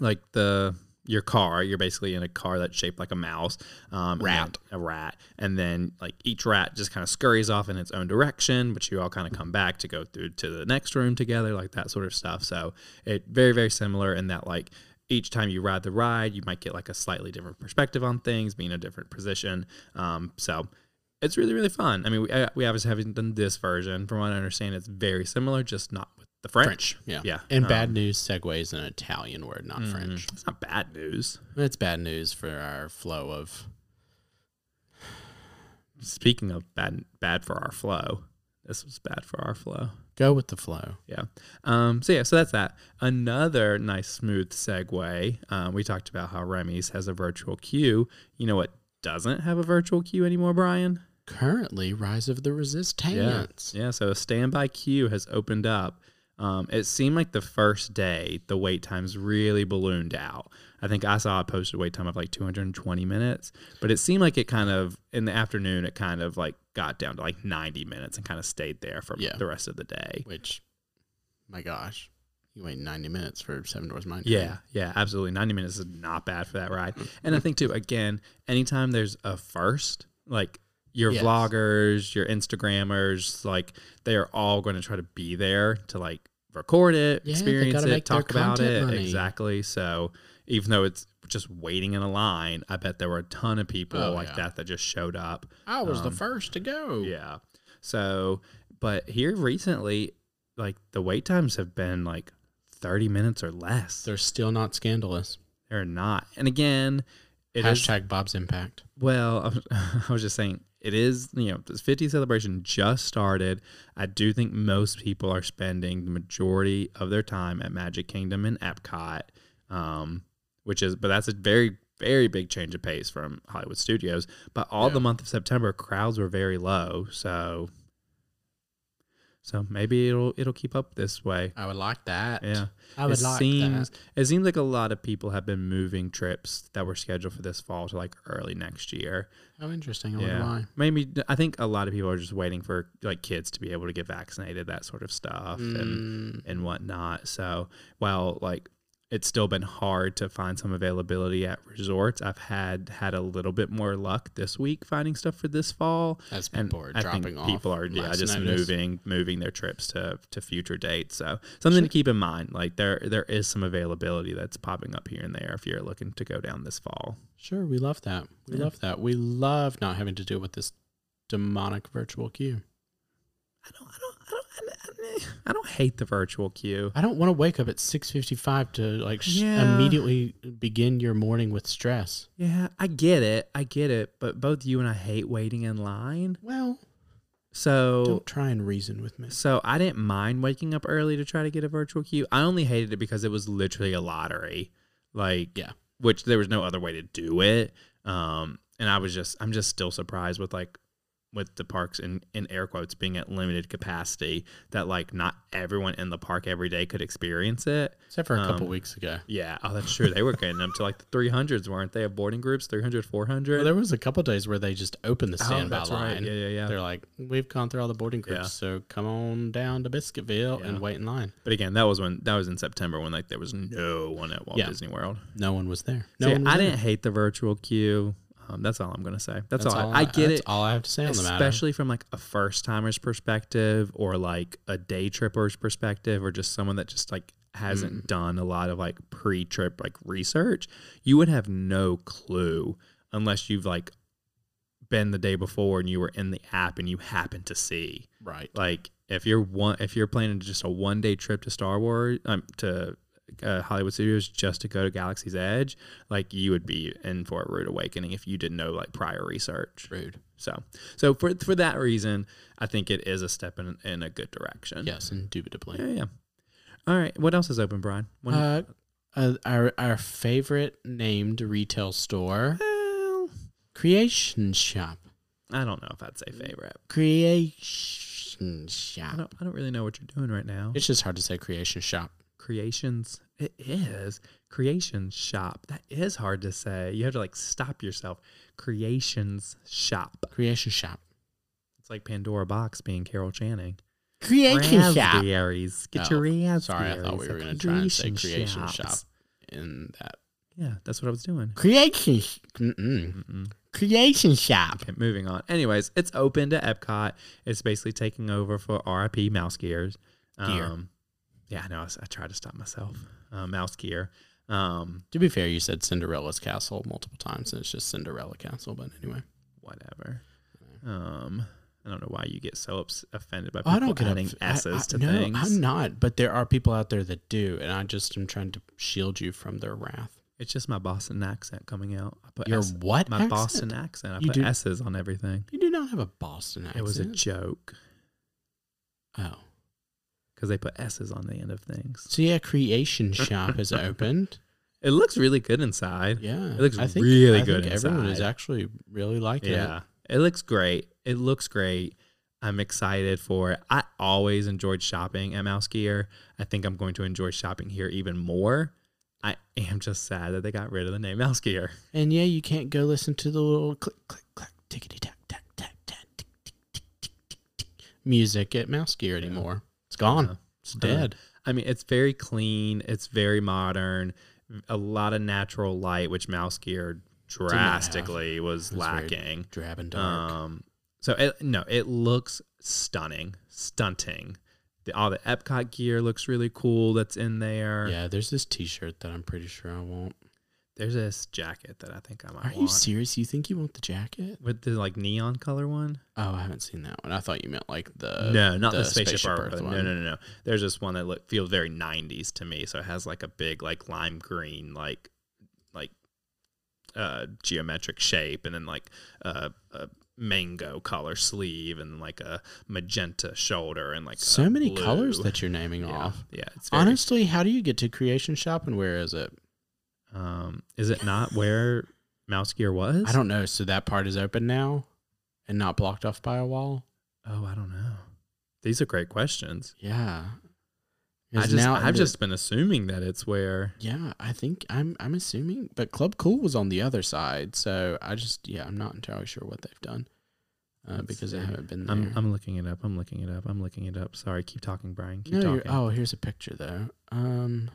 like the your car, you're basically in a car that's shaped like a mouse, um, and
Rat.
then- a rat, and then like each rat just kind of scurries off in its own direction, but you all kind of come back to go through to the next room together, like that sort of stuff. So it very very similar in that like each time you ride the ride, you might get like a slightly different perspective on things, be in a different position. Um, so it's really really fun. I mean, we, uh, we obviously haven't done this version. From what I understand, it's very similar, just not with the French.
yeah.
yeah,
And
Um, Mm-hmm.
bad news segue is an Italian word, not French.
It's not bad news.
It's bad news for our flow of
Speaking of bad, bad for our flow. This was bad for our flow.
go with the flow.
Yeah. Um, so yeah, so that's that. Another nice smooth segue. Um, we talked about how Remy's has a virtual queue. You know what doesn't have a virtual queue anymore, Brian?
Currently, Rise of the Resistance.
Yeah. Yeah. So a standby queue has opened up. Um, it seemed like the first day the wait times really ballooned out. I think I saw a posted wait time of like 220 minutes, but it seemed like it kind of in the afternoon it kind of like got down to like 90 minutes and kind of stayed there for
Yeah.
the rest of the day.
Which, my gosh, you wait 90 minutes for Seven Doors Mine. Train.
Yeah, yeah, absolutely. 90 minutes is not bad for that ride. And I think, too, again, anytime there's a first, like your
Yes.
vloggers, your Instagrammers, like they are all going to try to be there to like record it,
Yeah, they
experience
gotta
it,
make their
talk about
content
it.
money.
Exactly. So even though it's just waiting in a line, I bet there were a ton of people
Oh,
like
yeah.
that that just showed up.
I was the
Um,
first to go.
Yeah. So, but here recently, like the wait times have been like 30 minutes or less.
They're still not scandalous.
They're not. And again, it is
Hashtag Bob's Impact.
well, I was- I was just saying it is, you know, this 50 celebration just started. I do think most people are spending the majority of their time at Magic Kingdom and Epcot, um, which is, but that's a very, very big change of pace from Hollywood Studios. But all the month of September, crowds were very low. So, so maybe it'll, it'll keep up this way.
I would like that.
Yeah.
I would
it
like
seems,
that.
It seems like a lot of people have been moving trips that were scheduled for this fall to like early next year.
How interesting. I wonder
Yeah.
why.
Maybe I think a lot of people are just waiting for like kids to be able to get vaccinated, that sort of stuff
Mm.
and and whatnot. So while like it's still been hard to find some availability at resorts, I've had had a little bit more luck this week finding stuff for this fall.
As
And
people are
I
dropping
think
off.
people are yeah,
last
just
notice.
moving moving their trips to to future dates. So something to keep in mind. Like there there is some availability that's popping up here and there if you're looking to go down this fall.
Sure, we love that. We love that. We love not having to deal with this demonic virtual queue.
I don't I don't I don't, I don't, I don't hate the virtual queue.
I don't want to wake up at six fifty five to like sh-
Yeah.
immediately begin your morning with stress.
Yeah, I get it. I get it. But both you and I hate waiting in line.
Well,
So
don't try and reason with me.
So I didn't mind waking up early to try to get a virtual queue. I only hated it because it was literally a lottery. Like
Yeah.
which there was no other way to do it. Um and I was just I'm just still surprised with like with the parks in, in air quotes being at limited capacity that like not everyone in the park every day could experience it.
Except for a couple
Um,
weeks ago,
Yeah, oh that's true. They were getting them to like the 300s, weren't they? Of boarding groups, 300, 400.
well, there was a couple days where they just opened the
Oh,
standby
that's right.
line.
Yeah, yeah, yeah.
They're like, we've gone through all the boarding groups,
Yeah.
so come on down to Biscuitville
Yeah.
and wait in line.
But again, that was when that was in September when like there was no one at Walt
Yeah.
Disney World.
No one was there. No
So, yeah,
one was
I
there.
didn't hate the virtual queue. Um, that's all I'm gonna say. That's,
That's
all. I, I get
that's
it,
All I have to say on the matter.
especially from like a first timer's perspective, or like a day tripper's perspective, or just someone that just like hasn't
Mm.
done a lot of like pre-trip like research. You would have no clue unless you've like been the day before and you were in the app and you happened to see
right.
like if you're one if you're planning just a one day trip to Star Wars um, to uh, Hollywood Studios just to go to Galaxy's Edge, like you would be in for a rude awakening if you didn't know like prior research.
Rude.
So, so for for that reason, I think it is a step in in a good direction.
Yes, indubitably.
Yeah. yeah. All right. What else is open, Brian? When-
Uh, uh, our our favorite named retail store,
well,
Creation Shop.
I don't know if I'd say favorite.
Creation
I
Shop.
don't. I don't really know what you're doing right now.
It's just hard to say Creation Shop.
creations. It is creations shop. That is hard to say. You have to like stop yourself. Creations shop.
Creation Shop.
It's like Pandora Box being Carol Channing.
Creation
Raspberries. Get your raspberries.
Oh, Sorry, I thought we
at
were going to try and say Creation
shops.
Shop in that.
Yeah, that's what I was doing.
Creation. Mm-mm.
Mm-mm.
Creation Shop.
Okay, moving on. Anyways, it's open to Epcot. It's basically taking over for RIP Mouse Gears.
Gear.
Um, yeah, I know. I, s- I tried to stop myself. Uh, mouse Gear. Um,
To be fair, you said Cinderella's Castle multiple times, and it's just Cinderella Castle. But anyway,
whatever. Um, I don't know why you get so ups- offended by people
I don't get
adding
off- I-
s's
I-
to
no,
things.
I'm not. But there are people out there that do, and I just am trying to shield you from their wrath.
It's just my Boston accent coming out. I put
Your
S-
what?
my
accent?
Boston accent. I
You
put
do-
s's on everything.
You do not have a Boston accent.
It was a joke
oh.
because they put s's on the end of things.
So yeah, Creation Shop has opened.
It looks really good inside.
Yeah, it
looks really
I
good
Think everyone is
inside.
actually really liking
Yeah,
it.
it looks great. It looks great. I'm excited for it. I always enjoyed shopping at Mouse Gear. I think I'm going to enjoy shopping here even more. I am just sad that they got rid of the name Mouse Gear.
And yeah, you can't go listen to the little click, click, click, tickety tack, tack, tack, tack, tick, tick, tick, tick, tick, tick music at Mouse Gear anymore. It's gone.
Yeah.
It's dead.
I mean, it's very clean. It's very modern. A lot of natural light, which Mouse Gear drastically was
It's very
lacking.
drab and dark.
Um, so it, no, it looks stunning, stunting. The, all the Epcot gear looks really cool. That's in there.
yeah, there's this T-shirt that I'm pretty sure I want.
There's this jacket that I think I might
Are
want.
you serious? You think you want the jacket?
With the like neon color one?
Oh, I haven't seen that one. I thought you meant like the
no, not the,
the
spaceship,
Spaceship
Earth.
Earth
one. No,
one.
no, no, no. There's this one that look, feels very 90s to me. So it has like a big like lime green like like uh geometric shape and then like a, a mango color sleeve and like a magenta shoulder and like
so
a
many
blue.
colors that you're naming
yeah,
off.
Yeah, it's very,
Honestly, how do you get to Creation Shop and where is it?
Um, is it not where Mouse Gear was?
I don't know. So that part is open now and not blocked off by a wall?
Oh, I don't know. These are great questions.
Yeah.
I
'Cause
just, I've
the-
just been assuming that it's where.
Yeah, I think I'm I'm assuming but Club Cool was on the other side, so I just yeah, I'm not entirely sure what they've done. Uh,
Let's
because I
see.
haven't been there.
I'm, I'm looking it up. I'm looking it up. I'm looking it up. Sorry, keep talking, Brian. Keep
no,
talking.
you're, oh, here's a picture though. Um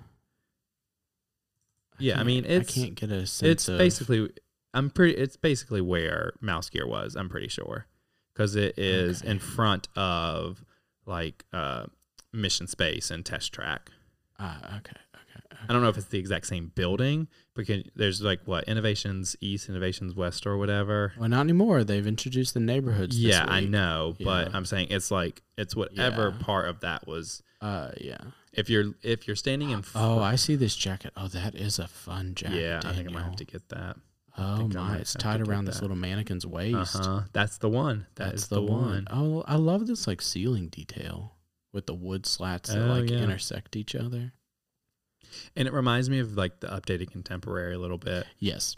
Yeah, I
can't-
mean, it's-
I can't get a sense
it's
of
basically. I'm pretty. It's basically where Mouse Gear was. I'm pretty sure, because it is in
Okay.
front of like uh, Mission Space and Test Track.
Ah, okay, okay, okay.
I don't know if it's the exact same building, because there's like what Innovations East, Innovations West, or whatever.
Well, not anymore. They've introduced the neighborhoods. this
yeah, I
week.
know, but
Yeah.
I'm saying it's like it's whatever
Yeah.
part of that was.
Uh, yeah.
If you're if you're standing in front.
Oh, I see this jacket. Oh, that is a fun jacket.
Yeah, I think I might have
Daniel.
to get that.
Oh
think I
my!
might
It's
have to
tied
get
around this
that.
little mannequin's
Uh
waist.
huh. That's the one.
That's the, one. Oh, I love this like ceiling detail with the wood slats that
Oh,
like
yeah.
intersect each other.
And it reminds me of like the updated contemporary a little bit.
Yes,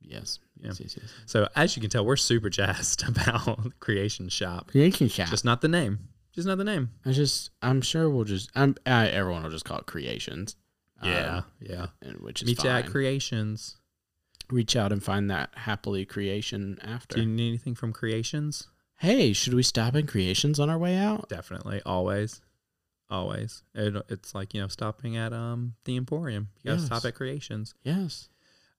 yes,
Yeah.
yes, yes, yes.
So as you can tell, we're super jazzed about Creation Shop.
Creation shop.
Just not the name. Just not the name.
I just, I'm sure we'll just, I'm, I, everyone will just call it creations.
Yeah,
um,
yeah.
and, which is
Meet you at
fine.
Creations.
Reach out and find that happily creation after.
Do you need anything from Creations?
hey, should we stop in creations on our way out?
Definitely. Always. Always. It, it's like you know stopping at um the Emporium. You gotta stop
Yes.
at Creations.
Yes.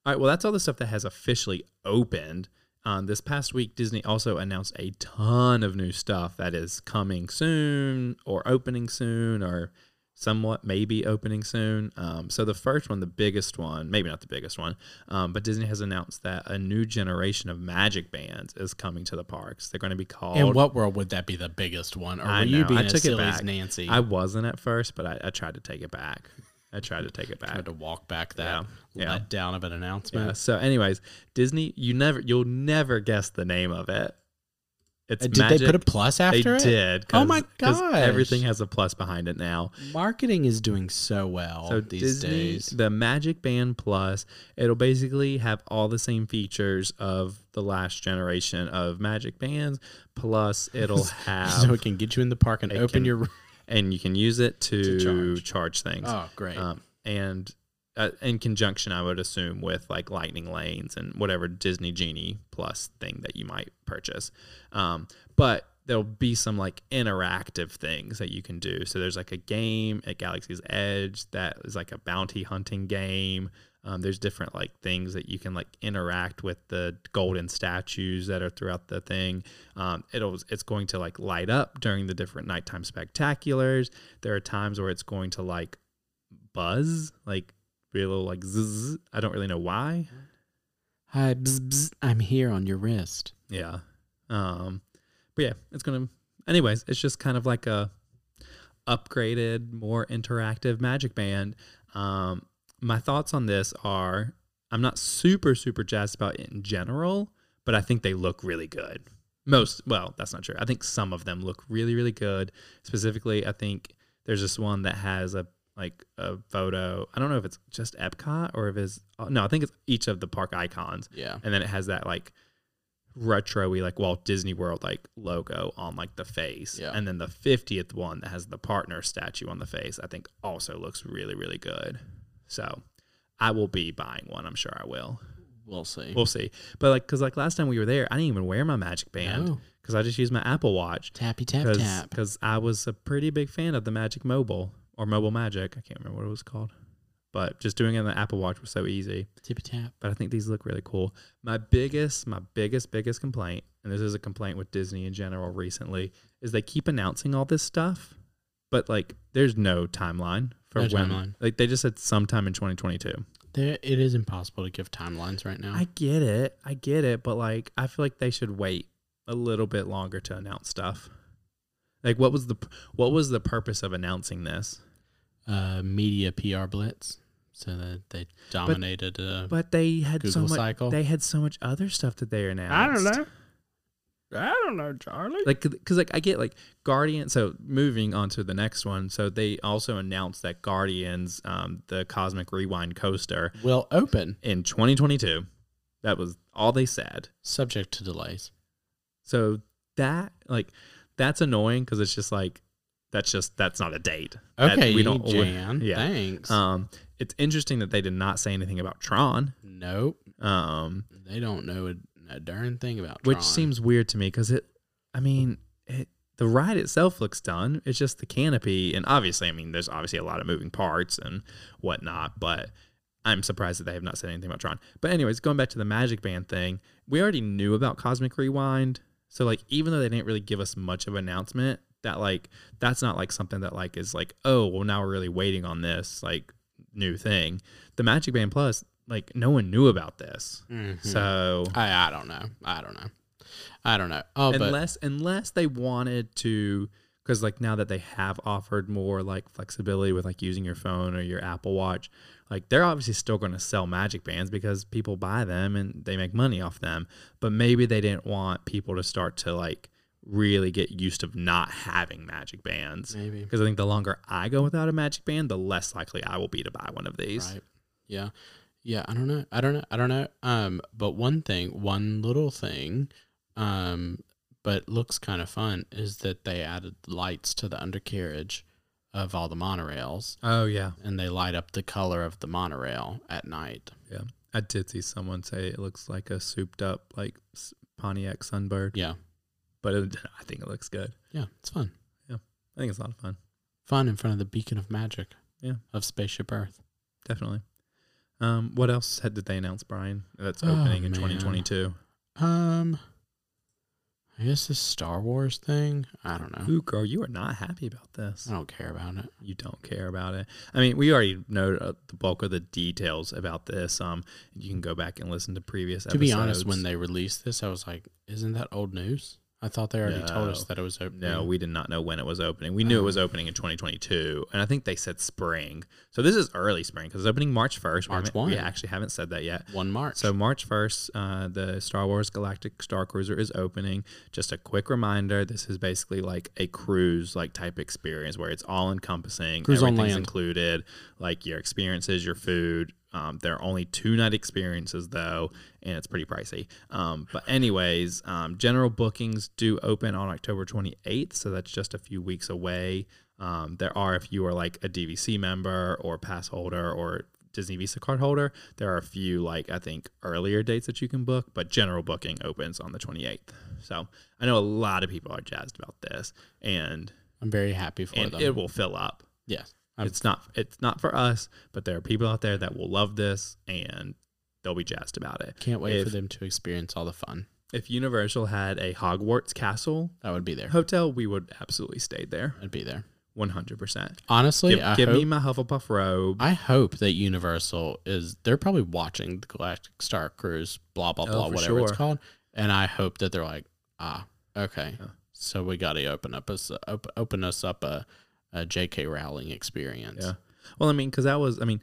All right, well, that's all the stuff that has officially opened. Um, this past week, Disney also announced a ton of new stuff that is coming soon, or opening soon, or somewhat maybe opening soon. Um, so the first one, the biggest one, maybe not the biggest one, um, but Disney has announced that a new generation of Magic Bands is coming to the parks. They're going to be called.
In what world would that be the biggest one? Or
I
were you
know, I
being as
took it
silly as
back.
Nancy?
I wasn't at first, but I, I tried to take it back. I tried to take it back.
Tried to walk back that
Yeah, yeah.
letdown of an announcement.
Yeah, Uh, so, anyways, Disney, you never, you'll never guess the name of it. It's
Uh, Did they put a plus
They
after it?
did.
Oh my
'cause Everything
gosh.
has a plus behind it now.
Marketing is doing so well
So
these
Disney,
days.
the Magic Band Plus, it'll basically have all the same features of the last generation of Magic Bands. Plus, it'll have
so it can get you in the park and
It
open
can-
your.
and you can use it to,
To charge.
charge. things.
Oh, great.
Um, and uh, in conjunction, I would assume with like Lightning Lanes and whatever Disney Genie Plus thing that you might purchase. Um, but there'll be some like interactive things that you can do. So there's like a game at Galaxy's Edge that is like a bounty hunting game. Um, there's different like things that you can like interact with the golden statues that are throughout the thing. Um, it'll it's going to like light up during the different nighttime spectaculars. There are times where it's going to like buzz, like be a little like zzz. I don't really know why.
Hi, bzz, bzz, I'm here on your wrist.
Yeah. Um, but yeah, it's gonna. Anyways, it's just kind of like a upgraded, more interactive Magic Band. Um, my thoughts on this are: I'm not super super jazzed about it in general, but I think they look really good. Most well, that's not true. I think some of them look really really good. Specifically, I think there's this one that has a like a photo. I don't know if it's just Epcot or if it's no. I think it's each of the park icons
Yeah.
and then it has that like retro-y like Walt Disney World like logo on like the face
Yeah.
and then the 50th one that has the partner statue on the face I think also looks really really good so I will be buying one I'm sure I will
We'll see.
we'll see but like because like last time we were there I didn't even wear my magic band
No.
because I just used my Apple Watch
Tappy tap tap.
because I was a pretty big fan of the Magic Mobile or Mobile Magic I can't remember what it was called but just doing it on the Apple Watch was so easy
Tippy tap.
but I think these look really cool. My biggest, my biggest, biggest complaint, and this is a complaint with Disney in general recently, is they keep announcing all this stuff, but like there's no timeline for
No
when.
timeline.
Like they just said sometime in 2022.
There, it is impossible to give timelines right now.
I get it, I get it, but like I feel like they should wait a little bit longer to announce stuff. Like what was the what was the purpose of announcing this?
uh, media PR blitz, so that they dominated. uh,
But they had so
Google
much.
cycle.
They had so much other stuff that they announced. I don't know. I don't know, Charlie. Like, because like I get like Guardian. So moving on to the next one. So they also announced that Guardians, um, the Cosmic Rewind coaster
will open
in 2022. That was all they said.
subject to delays.
So that like that's annoying because it's just like that's just that's not a date. That-
Okay, Jan. Thanks.
Um, it's interesting that they did not say anything about Tron.
nope.
Um,
They don't know a, a darn thing about
which
Tron.
seems weird to me because it i mean it, the ride itself looks done it's just the canopy and obviously i mean there's obviously a lot of moving parts and whatnot but i'm surprised that they have not said anything about tron but anyways going back to the magic band thing we already knew about cosmic rewind so like even though they didn't really give us much of an announcement that like that's not like something that like is like oh well now we're really waiting on this like new thing the magic band plus like no one knew about this
Mhm.
so
I I don't know. I don't know. I don't know. Oh, but
unless unless they wanted to because like now that they have offered more like flexibility with like using your phone or your apple watch like they're obviously still going to sell magic bands because people buy them and they make money off them but maybe they didn't want people to start to like really get used to not having magic bands
maybe
because i think the longer i go without a magic band the less likely i will be to buy one of these
Right. Yeah. Yeah. I don't know. I don't know. I don't know. Um, but one thing, one little thing, um, but looks kind of fun is that they added lights to the undercarriage of all the monorails
oh yeah
and they light up the color of the monorail at night.
yeah i did see someone say it looks like a souped up like s- pontiac sunbird
Yeah.
but it, I think it looks good.
Yeah. It's fun.
I think it's a lot of fun,
Fun in front of the beacon of magic.
Yeah.
Of Spaceship Earth.
definitely. Um, what else had, did they announce, Brian? That's
Oh,
opening in
man.
2022.
Um, I guess this Star Wars thing. I don't know.
Ooh, girl, you are not happy about this.
I don't care about it.
You don't care about it. I mean, we already know uh, the bulk of the details about this. Um, you can go back and listen to previous
To
episodes.
be honest, when they released this, I was like, isn't that old news? I thought they already told us
No.
that it was opening.
No, we did not know when it was opening. We knew it was
Uh-huh.
opening in 2022, and I think they said spring. So this is early spring because it's opening March 1st. We
March
haven't- We
1.
actually haven't said that yet.
one March.
So March 1st, uh, the Star Wars Galactic Star Cruiser is opening. Just a quick reminder, this is basically like a cruise like type experience where it's all encompassing,
Cruise on
everything's
land.
included, like your experiences, your food. Um, there are only two night experiences though, and it's pretty pricey. Um, but anyways, um, general bookings do open on October 28th, so that's just a few weeks away. Um, there are if you are like a DVC member or pass holder or Disney Visa card holder. There are a few like I think earlier dates that you can book, but general booking opens on the 28th. So I know a lot of people are jazzed about this, and
I'm very happy for
and
them.
it will fill up.
yes, I'm,
it's not it's not for us, but there are people out there that will love this and they'll be jazzed about it.
can't wait
if,
for them to experience all the fun
If Universal had a Hogwarts castle
that would be there.
hotel, we would absolutely stay there,
I'd be there.
100%.
Honestly,
Give,
I
give
hope,
me my Hufflepuff robe.
I hope that Universal is they're probably watching the Galactic Star Cruise, blah blah
Oh,
blah,
for
whatever it's
sure.
called, and I hope that they're like, ah, okay, so we got to open up us op- open us up a, a J.K. Rowling experience.
Yeah. Well, I mean, because that was, I mean,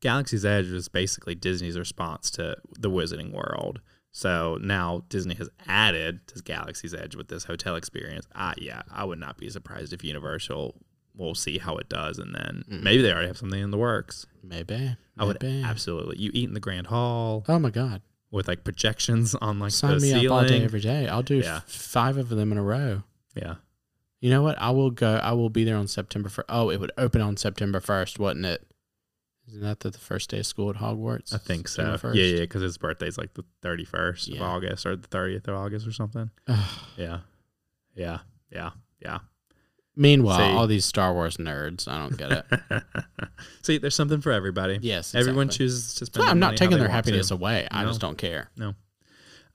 Galaxy's Edge was basically Disney's response to the Wizarding World. So now Disney has added to Galaxy's Edge with this hotel experience. Ah, yeah, I would not be surprised if Universal will see how it does, and then maybe they already have something in the works.
Maybe, maybe.
I would absolutely. You eat in the Grand Hall
oh my God,
with like projections on like
sign
the
me
ceiling.
up all day every day. I'll do f-
Yeah.
five of them in a row.
yeah,
You know what? I will go. I will be there on September first. Oh, it would open on September first, wasn't it? Isn't that the, the first day of school at Hogwarts?
I think so.
September
Yeah,
1st?
yeah, because his birthday's like the thirty first of
Yeah.
August or the thirtieth of August or something.
Ugh.
Yeah, yeah, yeah, yeah.
Meanwhile,
See-
all these Star Wars nerds, I don't get it.
See, there's something for everybody.
uh, Yes,
everyone
exactly.
chooses to
So
spend.
I'm
their
not
money
taking
how they
their
want
happiness
to.
away. I
No.
just don't care.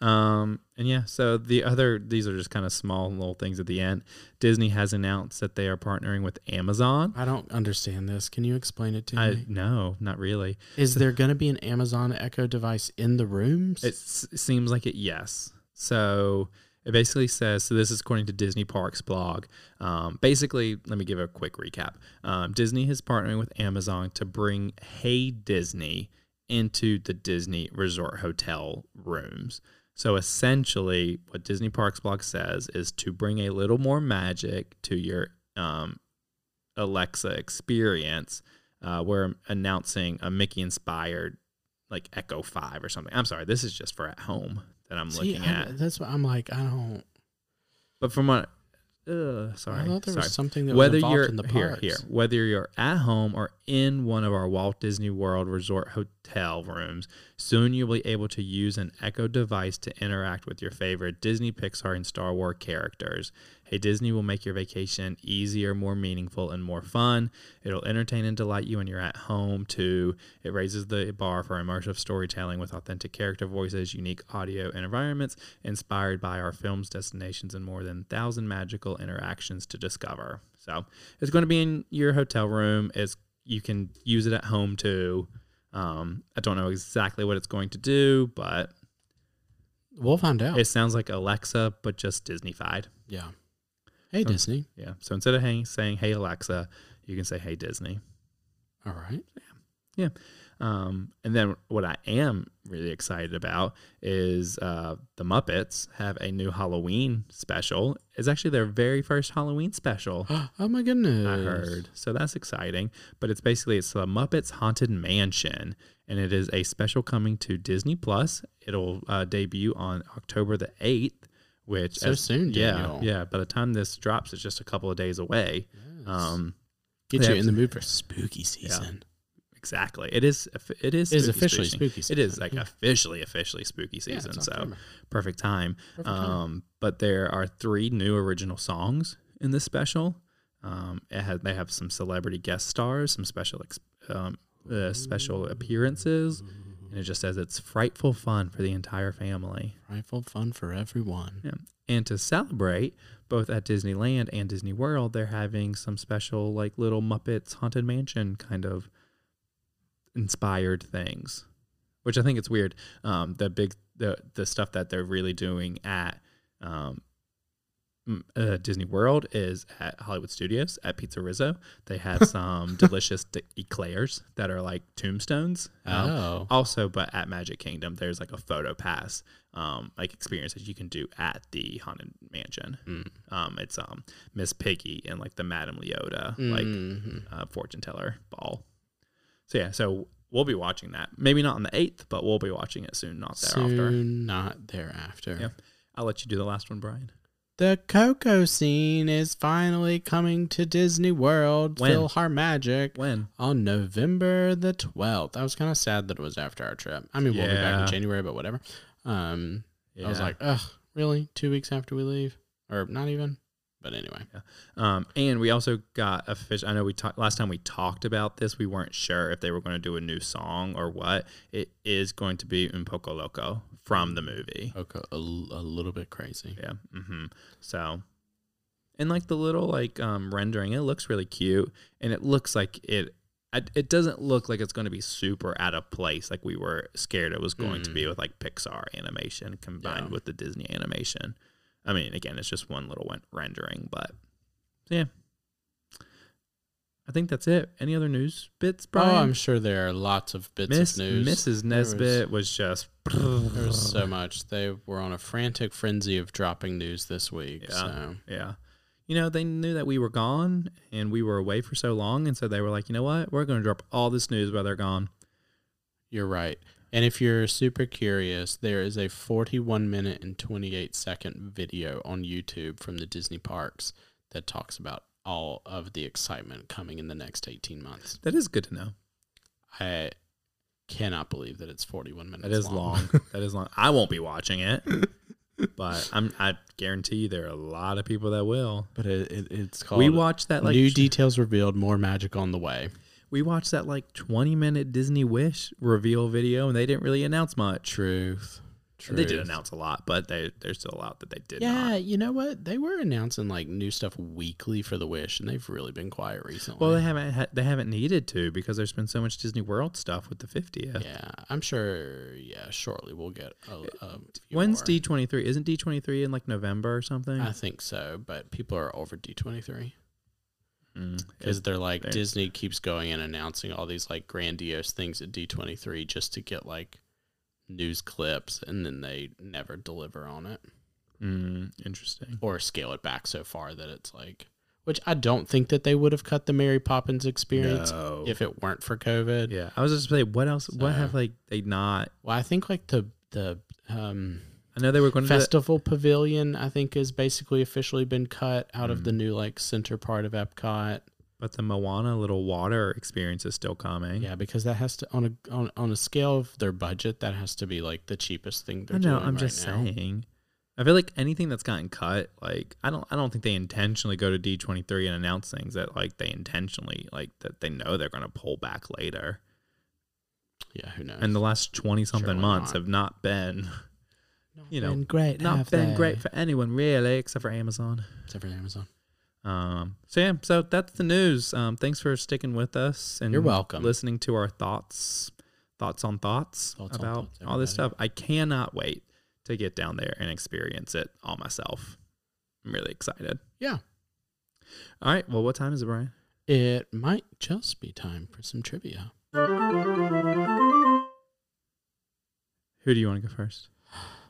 Um, and yeah, so the other these are just kind of small little things at the end. Disney has announced that they are partnering with Amazon.
I don't understand this. Can you explain it to
I
me?
no, not really.
Is there going to be an Amazon Echo device in the rooms?
It s- seems like it, yes. So it basically says so. This is according to Disney Parks blog. Um, basically, let me give a quick recap. Um, Disney is partnering with Amazon to bring Hey Disney into the Disney Resort Hotel rooms. So essentially, what Disney Parks blog says is to bring a little more magic to your um, Alexa experience. Uh, we're announcing a Mickey inspired like Echo 5 or something. I'm sorry, this is just for at home that I'm
See,
looking
I-
at.
that's what I'm like. I don't.
But from what uh, sorry,
I thought there
sorry.
was something that was
whether
involved
you're
in the parks.
here, here, whether you're at home or in one of our Walt Disney World Resort hotel rooms, soon you'll be able to use an Echo device to interact with your favorite Disney, Pixar, and Star Wars characters. Hey Disney will make your vacation easier, more meaningful, and more fun. It'll entertain and delight you when you're at home too. It raises the bar for immersive storytelling with authentic character voices, unique audio and environments, inspired by our films, destinations, and more than thousand magical interactions to discover. So it's going to be in your hotel room. It's you can use it at home too. Um, I don't know exactly what it's going to do, but
We'll find out.
it sounds like Alexa, but just Disneyfied.
yeah. Hey,
Um,
Disney.
Yeah. So instead of hey, saying "Hey Alexa," you can say "Hey Disney."
All right.
Yeah. Um, and then what I am really excited about is uh, the Muppets have a new Halloween special. It's actually their very first Halloween special.
Oh, my goodness.
I heard. So that's exciting. But it's basically it's the Muppets Haunted Mansion, and it is a special coming to Disney Plus. It'll uh, debut on October the eighth, which
So soon, Daniel.
yeah, yeah. By the time this drops, it's just a couple of days away. Um,
Get
They
you
have-
in the mood for spooky season.
exactly. It is. It is.
It is officially spooky
It is
season,
like officially, officially spooky season.
it's
so
October.
perfect time.
Perfect time.
um, but there are three new original songs in this special. Um, it has, they have some celebrity guest stars, some special ex- um, uh, special appearances, and it just says it's frightful fun for the entire family.
Rifle fun for everyone.
Yeah. And to celebrate, both at Disneyland and Disney World, they're having some special like little Muppets Haunted Mansion kind of inspired things, which I think it's weird. Um, the big the the stuff that they're really doing at um, mm, uh, Disney World is at Hollywood Studios at Pizza Rizzo. They had some delicious d- eclairs that are like tombstones. Um,
Oh.
Also, but at Magic Kingdom, there's like a photo pass, um, like experience that you can do at the Haunted Mansion.
Mm.
Um, it's um Miss Piggy and like the Madame Leota
Mm. Mm-hmm.
like uh, fortune teller ball. So yeah, so we'll be watching that. Maybe not on the eighth, but we'll be watching it soon. Not thereafter.
Soon, not thereafter.
Yeah. I'll let you do the last one, Brian.
The Coco scene is finally coming to Disney World.
When?
PhilharMagic
When?
on November the 12th. I was kind of sad that it was after our trip. I mean, we'll be back
Yeah.
in January, but whatever. Um, I was
Yeah.
like, ugh, really? Two weeks after we leave? Or not even? But anyway.
Um, and we also got official. I know we talked last time we talked about this. We weren't sure if they were going to do a new song or what. It is going to be Un Poco Loco from the movie.
Coco, a, l- a little bit crazy.
Yeah. hmm So, and like the little like um, rendering, it looks really cute, and it looks like it. I- It doesn't look like it's going to be super out of place, like we were scared it was going to be with like Pixar animation combined
Mm. Yeah.
with the Disney animation. I mean, again, it's just one little one rendering, but yeah. I think that's it. Any other news bits, Brian?
Oh, I'm sure there are lots of bits
Miss,
of news.
Mrs.
There was-
Nesbit was, just
There was so much. They were on a frantic frenzy of dropping news this week.
Yeah.
So
Yeah. You know, they knew that we were gone and we were away for so long. And so they were like, you know what? We're going to drop all this news while they're gone.
you're right. And if you're super curious, there is a 41 minute and 28 second video on YouTube from the Disney parks that talks about all of the excitement coming in the next 18 months.
That is good to know.
I cannot believe that it's 41 minutes.
That is long. that is long. I won't be watching it, but I'm, I guarantee you there are a lot of people that will.
but it, it, it's called
we watched that like
New
tw-
Details Revealed, More Magic on the Way.
we watched that like 20 minute Disney Wish reveal video and they didn't really announce much.
Truth. Truth.
They did announce a lot, but they, there's still a lot that they did
Yeah,
not.
you know what? They were announcing like new stuff weekly for the Wish, and they've really been quiet recently.
Well, they haven't ha- they haven't needed to because there's been so much Disney World stuff with the 50th.
yeah, I'm sure. Yeah, shortly we'll get a, a few
Uh, When's
more.
D twenty three? Isn't D twenty three in like November or something?
I think so, but people are over D23
Mm.
because they're like
They're-
Disney keeps going and announcing all these like grandiose things at D23 just to get like news clips, and then they never deliver on it
Mm, interesting.
or scale it back so far that it's like. Which I don't think that they would have cut the Mary Poppins experience
No.
if it weren't for COVID.
Yeah, I was just saying, what else? What have like they not?
Well, I think like the the um,
I know they were going to.
festival pavilion, I think, has basically officially been cut out of the
Mm.
new like center part of Epcot.
but the Moana little water experience is still coming.
Yeah, because that has to on a on, on a scale of their budget, that has to be like the cheapest thing they're
I know.
doing.
I'm
right
just
now.
saying. I feel like anything that's gotten cut, like I don't, I don't think they intentionally go to D twenty three and announce things that like they intentionally like that they know they're going to pull back later.
Yeah, who knows?
And the last twenty something
Surely
months
not.
have not been, you know,
great,
not been great for anyone really, except for Amazon.
except for Amazon.
Um, so yeah, so that's the news. Um, thanks for sticking with us and
You're welcome.
Listening to our thoughts, thoughts on thoughts,
Thoughts on
about
thoughts,
all this
everybody.
stuff. I cannot wait to get down there and experience it all myself. I'm really excited.
Yeah,
All right, well, what time is it, Brian?
it might just be time for some trivia.
Who do you want to go first?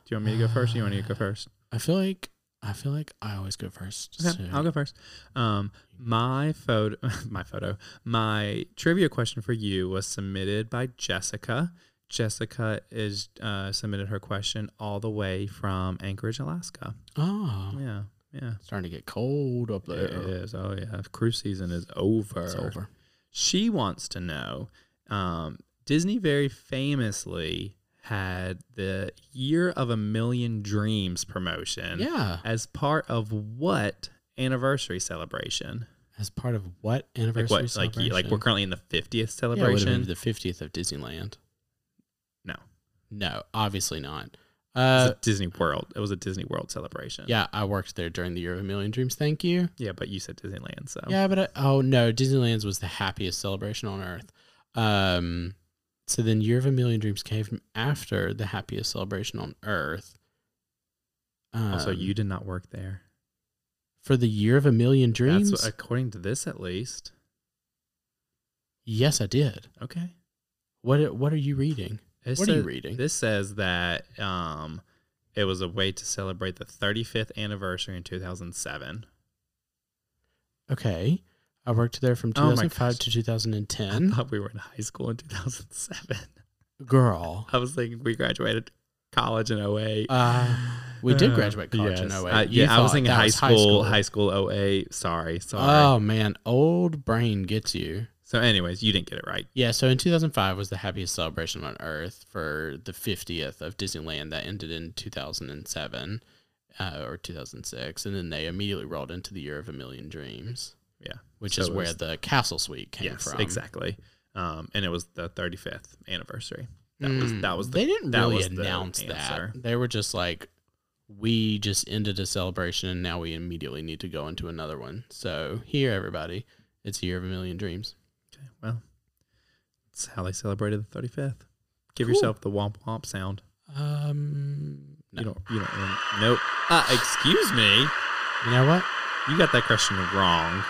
Do you want me to go first? Or you want to go first?
I feel like I feel like I always go first.
Okay,
so-
I'll go first. Um, my photo, my photo, my trivia question for you was submitted by Jessica. Jessica is uh, submitted her question all the way from Anchorage, Alaska.
Oh,
Yeah, yeah.
starting to get cold up there.
It is. Oh yeah, cruise season is over.
It's over.
She wants to know. Um, Disney very famously had the Year of a Million Dreams promotion
Yeah.
as part of what anniversary celebration?
As part of what
like
anniversary
what like y-
celebration?
like we're currently in the 50th
yeah, it would have
celebration
been the fiftieth of Disneyland.
no
No, obviously not.
it was
Uh,
at disney world it was a disney world celebration
yeah, I worked there during the Year of a Million Dreams. Thank you.
yeah but you said disneyland so
Yeah, but I, oh no, Disneyland's was the happiest celebration on earth. Um, so then Year of a Million Dreams came after the happiest celebration on earth. Um,
Oh, also you did not work there
for the year of a million dreams?
That's what, according to this, at least.
yes, I did.
Okay.
What What are you reading?
It
What are you
says-
reading?
This says that um, it was a way to celebrate the 35th anniversary in 2007.
Okay, I worked there from
Oh my
2005
gosh.
to
I
2010.
thought we were in high school in 2007.
Girl,
I was thinking we graduated college in 08.
uh, we did graduate
Uh,
college in
yes.
08.
I,
You
yeah, I was
thought
thinking
that
high
was
school, high school, 08. Sorry, sorry.
Oh man, old brain gets you.
so, anyways, you didn't get it right.
Yeah, so in 2005 was the happiest celebration on earth for the 50th of Disneyland that ended in 2007 uh, or 2006. And then they immediately rolled into the year of a million dreams,
Yeah,
which
So
is
it
where
was-
the castle suite came
yes,
from.
exactly. Um, and it was the 35th anniversary. That was
Mm,
that was the,
they didn't
that
really
was the
announce that.
answer.
They were just like, we just ended a celebration and now we immediately need to go into another one. So here, everybody, it's year of a million dreams.
Okay, well, that's how they celebrated the 35th. Give
Cool.
yourself the womp womp sound.
Um, no.
You
you,
don't. You don't. Really, nope. Uh, excuse me.
know what?
You got that question wrong.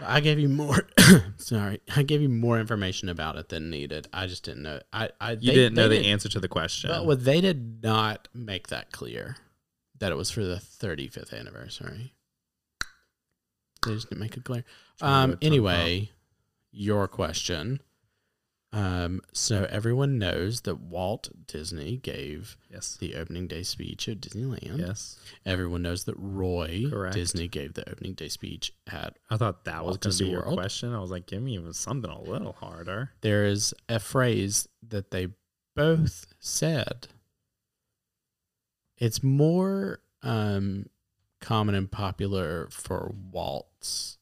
I gave you more. sorry, I gave you more information about it than needed. I just didn't know. I, I
You
they-
didn't know
they
the answer to the question.
But what they did not make that clear that it was for the 35th anniversary. They just didn't make it clear.
Trying to
Um.
look something
Anyway, your question. Um. So everyone knows that Walt Disney gave
yes.
the opening day speech at Disneyland.
Yes.
Everyone knows that Roy
Correct.
Disney gave the opening day speech at
I thought that was
Walt
going to be
Disney
your
World.
question. I was like, give me even something a little harder.
there is a phrase that they both said. It's more um, common and popular for Waltz.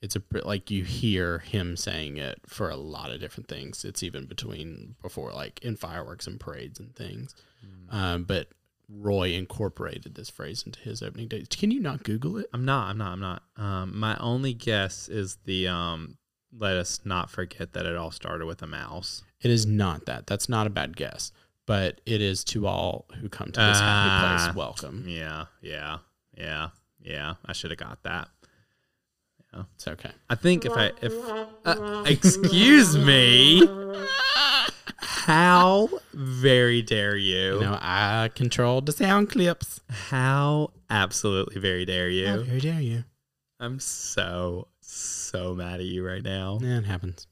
It's a bit like you hear him saying it for a lot of different things. It's even between before like in fireworks and parades and things. Um, but Roy incorporated this phrase into his opening day. Can you not Google it?
I'm not. I'm not. I'm not. Um, my only guess is the um, let us not forget that it all started with a mouse.
It is not that. That's not a bad guess. But it is to all who come to this happy
Ah.
place. Welcome.
Yeah. Yeah. Yeah. Yeah. I should have got that.
It's okay.
I think if I if uh, excuse me, how very dare you?
You know, I control the sound clips.
How absolutely very dare
How
you?
very dare you?
I'm so so mad at you right now.
Yeah, it happens.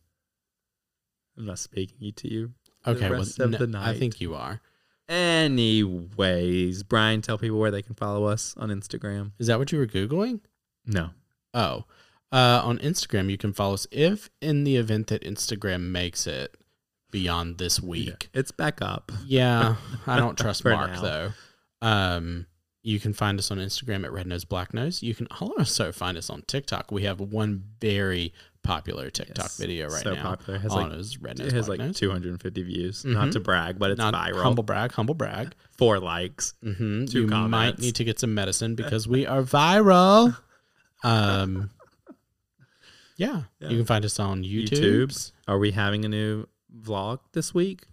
I'm not speaking to you. The
Okay, well,
rest of
no,
the night.
I think you are.
Anyways, Brian, tell people where they can follow us on Instagram.
Is that what you were googling?
No.
Oh, uh, on Instagram you can follow us if, in the event that Instagram makes it beyond this week.
It's back up.
Yeah, I don't trust
For
Mark
now.
though. Um, you can find us on Instagram at Red Nose Black Nose. You can also find us on TikTok. We have one very popular TikTok
Yes,
video right
so
now.
popular. It has
on
like
is Red Nose
it has
Black
like
Nose.
250 views. Not
Mhm.
to brag, but it's
Not
viral.
humble brag, humble brag.
Four likes.
hmm
Two
you might
comments.
need to get some medicine because we are viral. Um, yeah.
Yeah.
you can find us on YouTube.
YouTubes. Are we having a new vlog this week?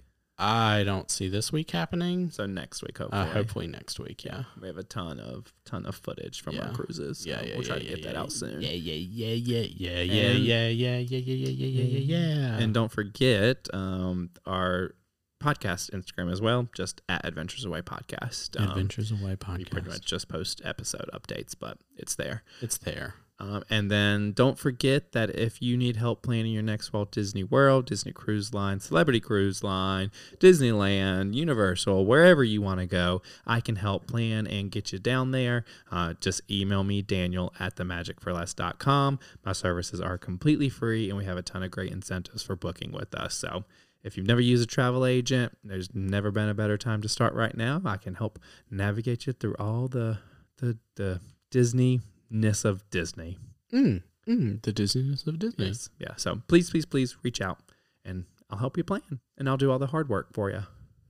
I don't see this week happening.
So next week, hopefully.
Uh, hopefully next week. Yeah,
We have a ton of ton of footage from our
Yeah.
cruises. so
yeah, yeah.
We'll try
yeah,
to get
yeah,
that
yeah,
out soon.
Yeah, yeah, yeah, yeah, yeah,
And-
yeah, yeah, yeah, yeah, yeah, yeah, yeah, yeah, yeah.
And don't forget um, our podcast Instagram as well, just at Adventures Away Podcast. Um,
Adventures Away
We pretty
podcast.
much just post episode updates, but it's there.
It's there.
Um, and then don't forget that if you need help planning your next Walt Disney World, Disney Cruise Line, Celebrity Cruise Line, Disneyland, Universal, wherever you want to go, I can help plan and get you down there. Uh, just email me, Daniel at themagicforless.com. My services are completely free and we have a ton of great incentives for booking with us. So if you've never used a travel agent, there's never been a better time to start right now. I can help navigate you through all the the, the Disney ness of Disney.
Mm, mm, the dizziness of Disney.
Yes. Yeah. So please, please, please reach out and I'll help you plan and I'll do all the hard work for you.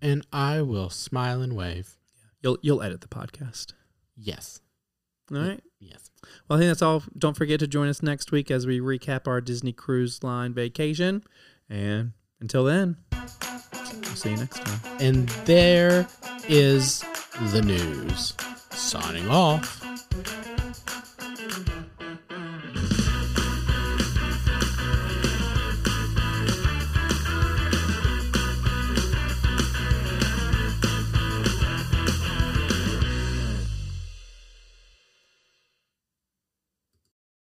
And I will smile and wave.
You'll you'll edit the podcast.
Yes,
All right.
yes.
Well, I think that's all. Don't forget to join us next week as we recap our Disney Cruise Line vacation. And until then, we'll see you next time.
And there is the news. Signing off.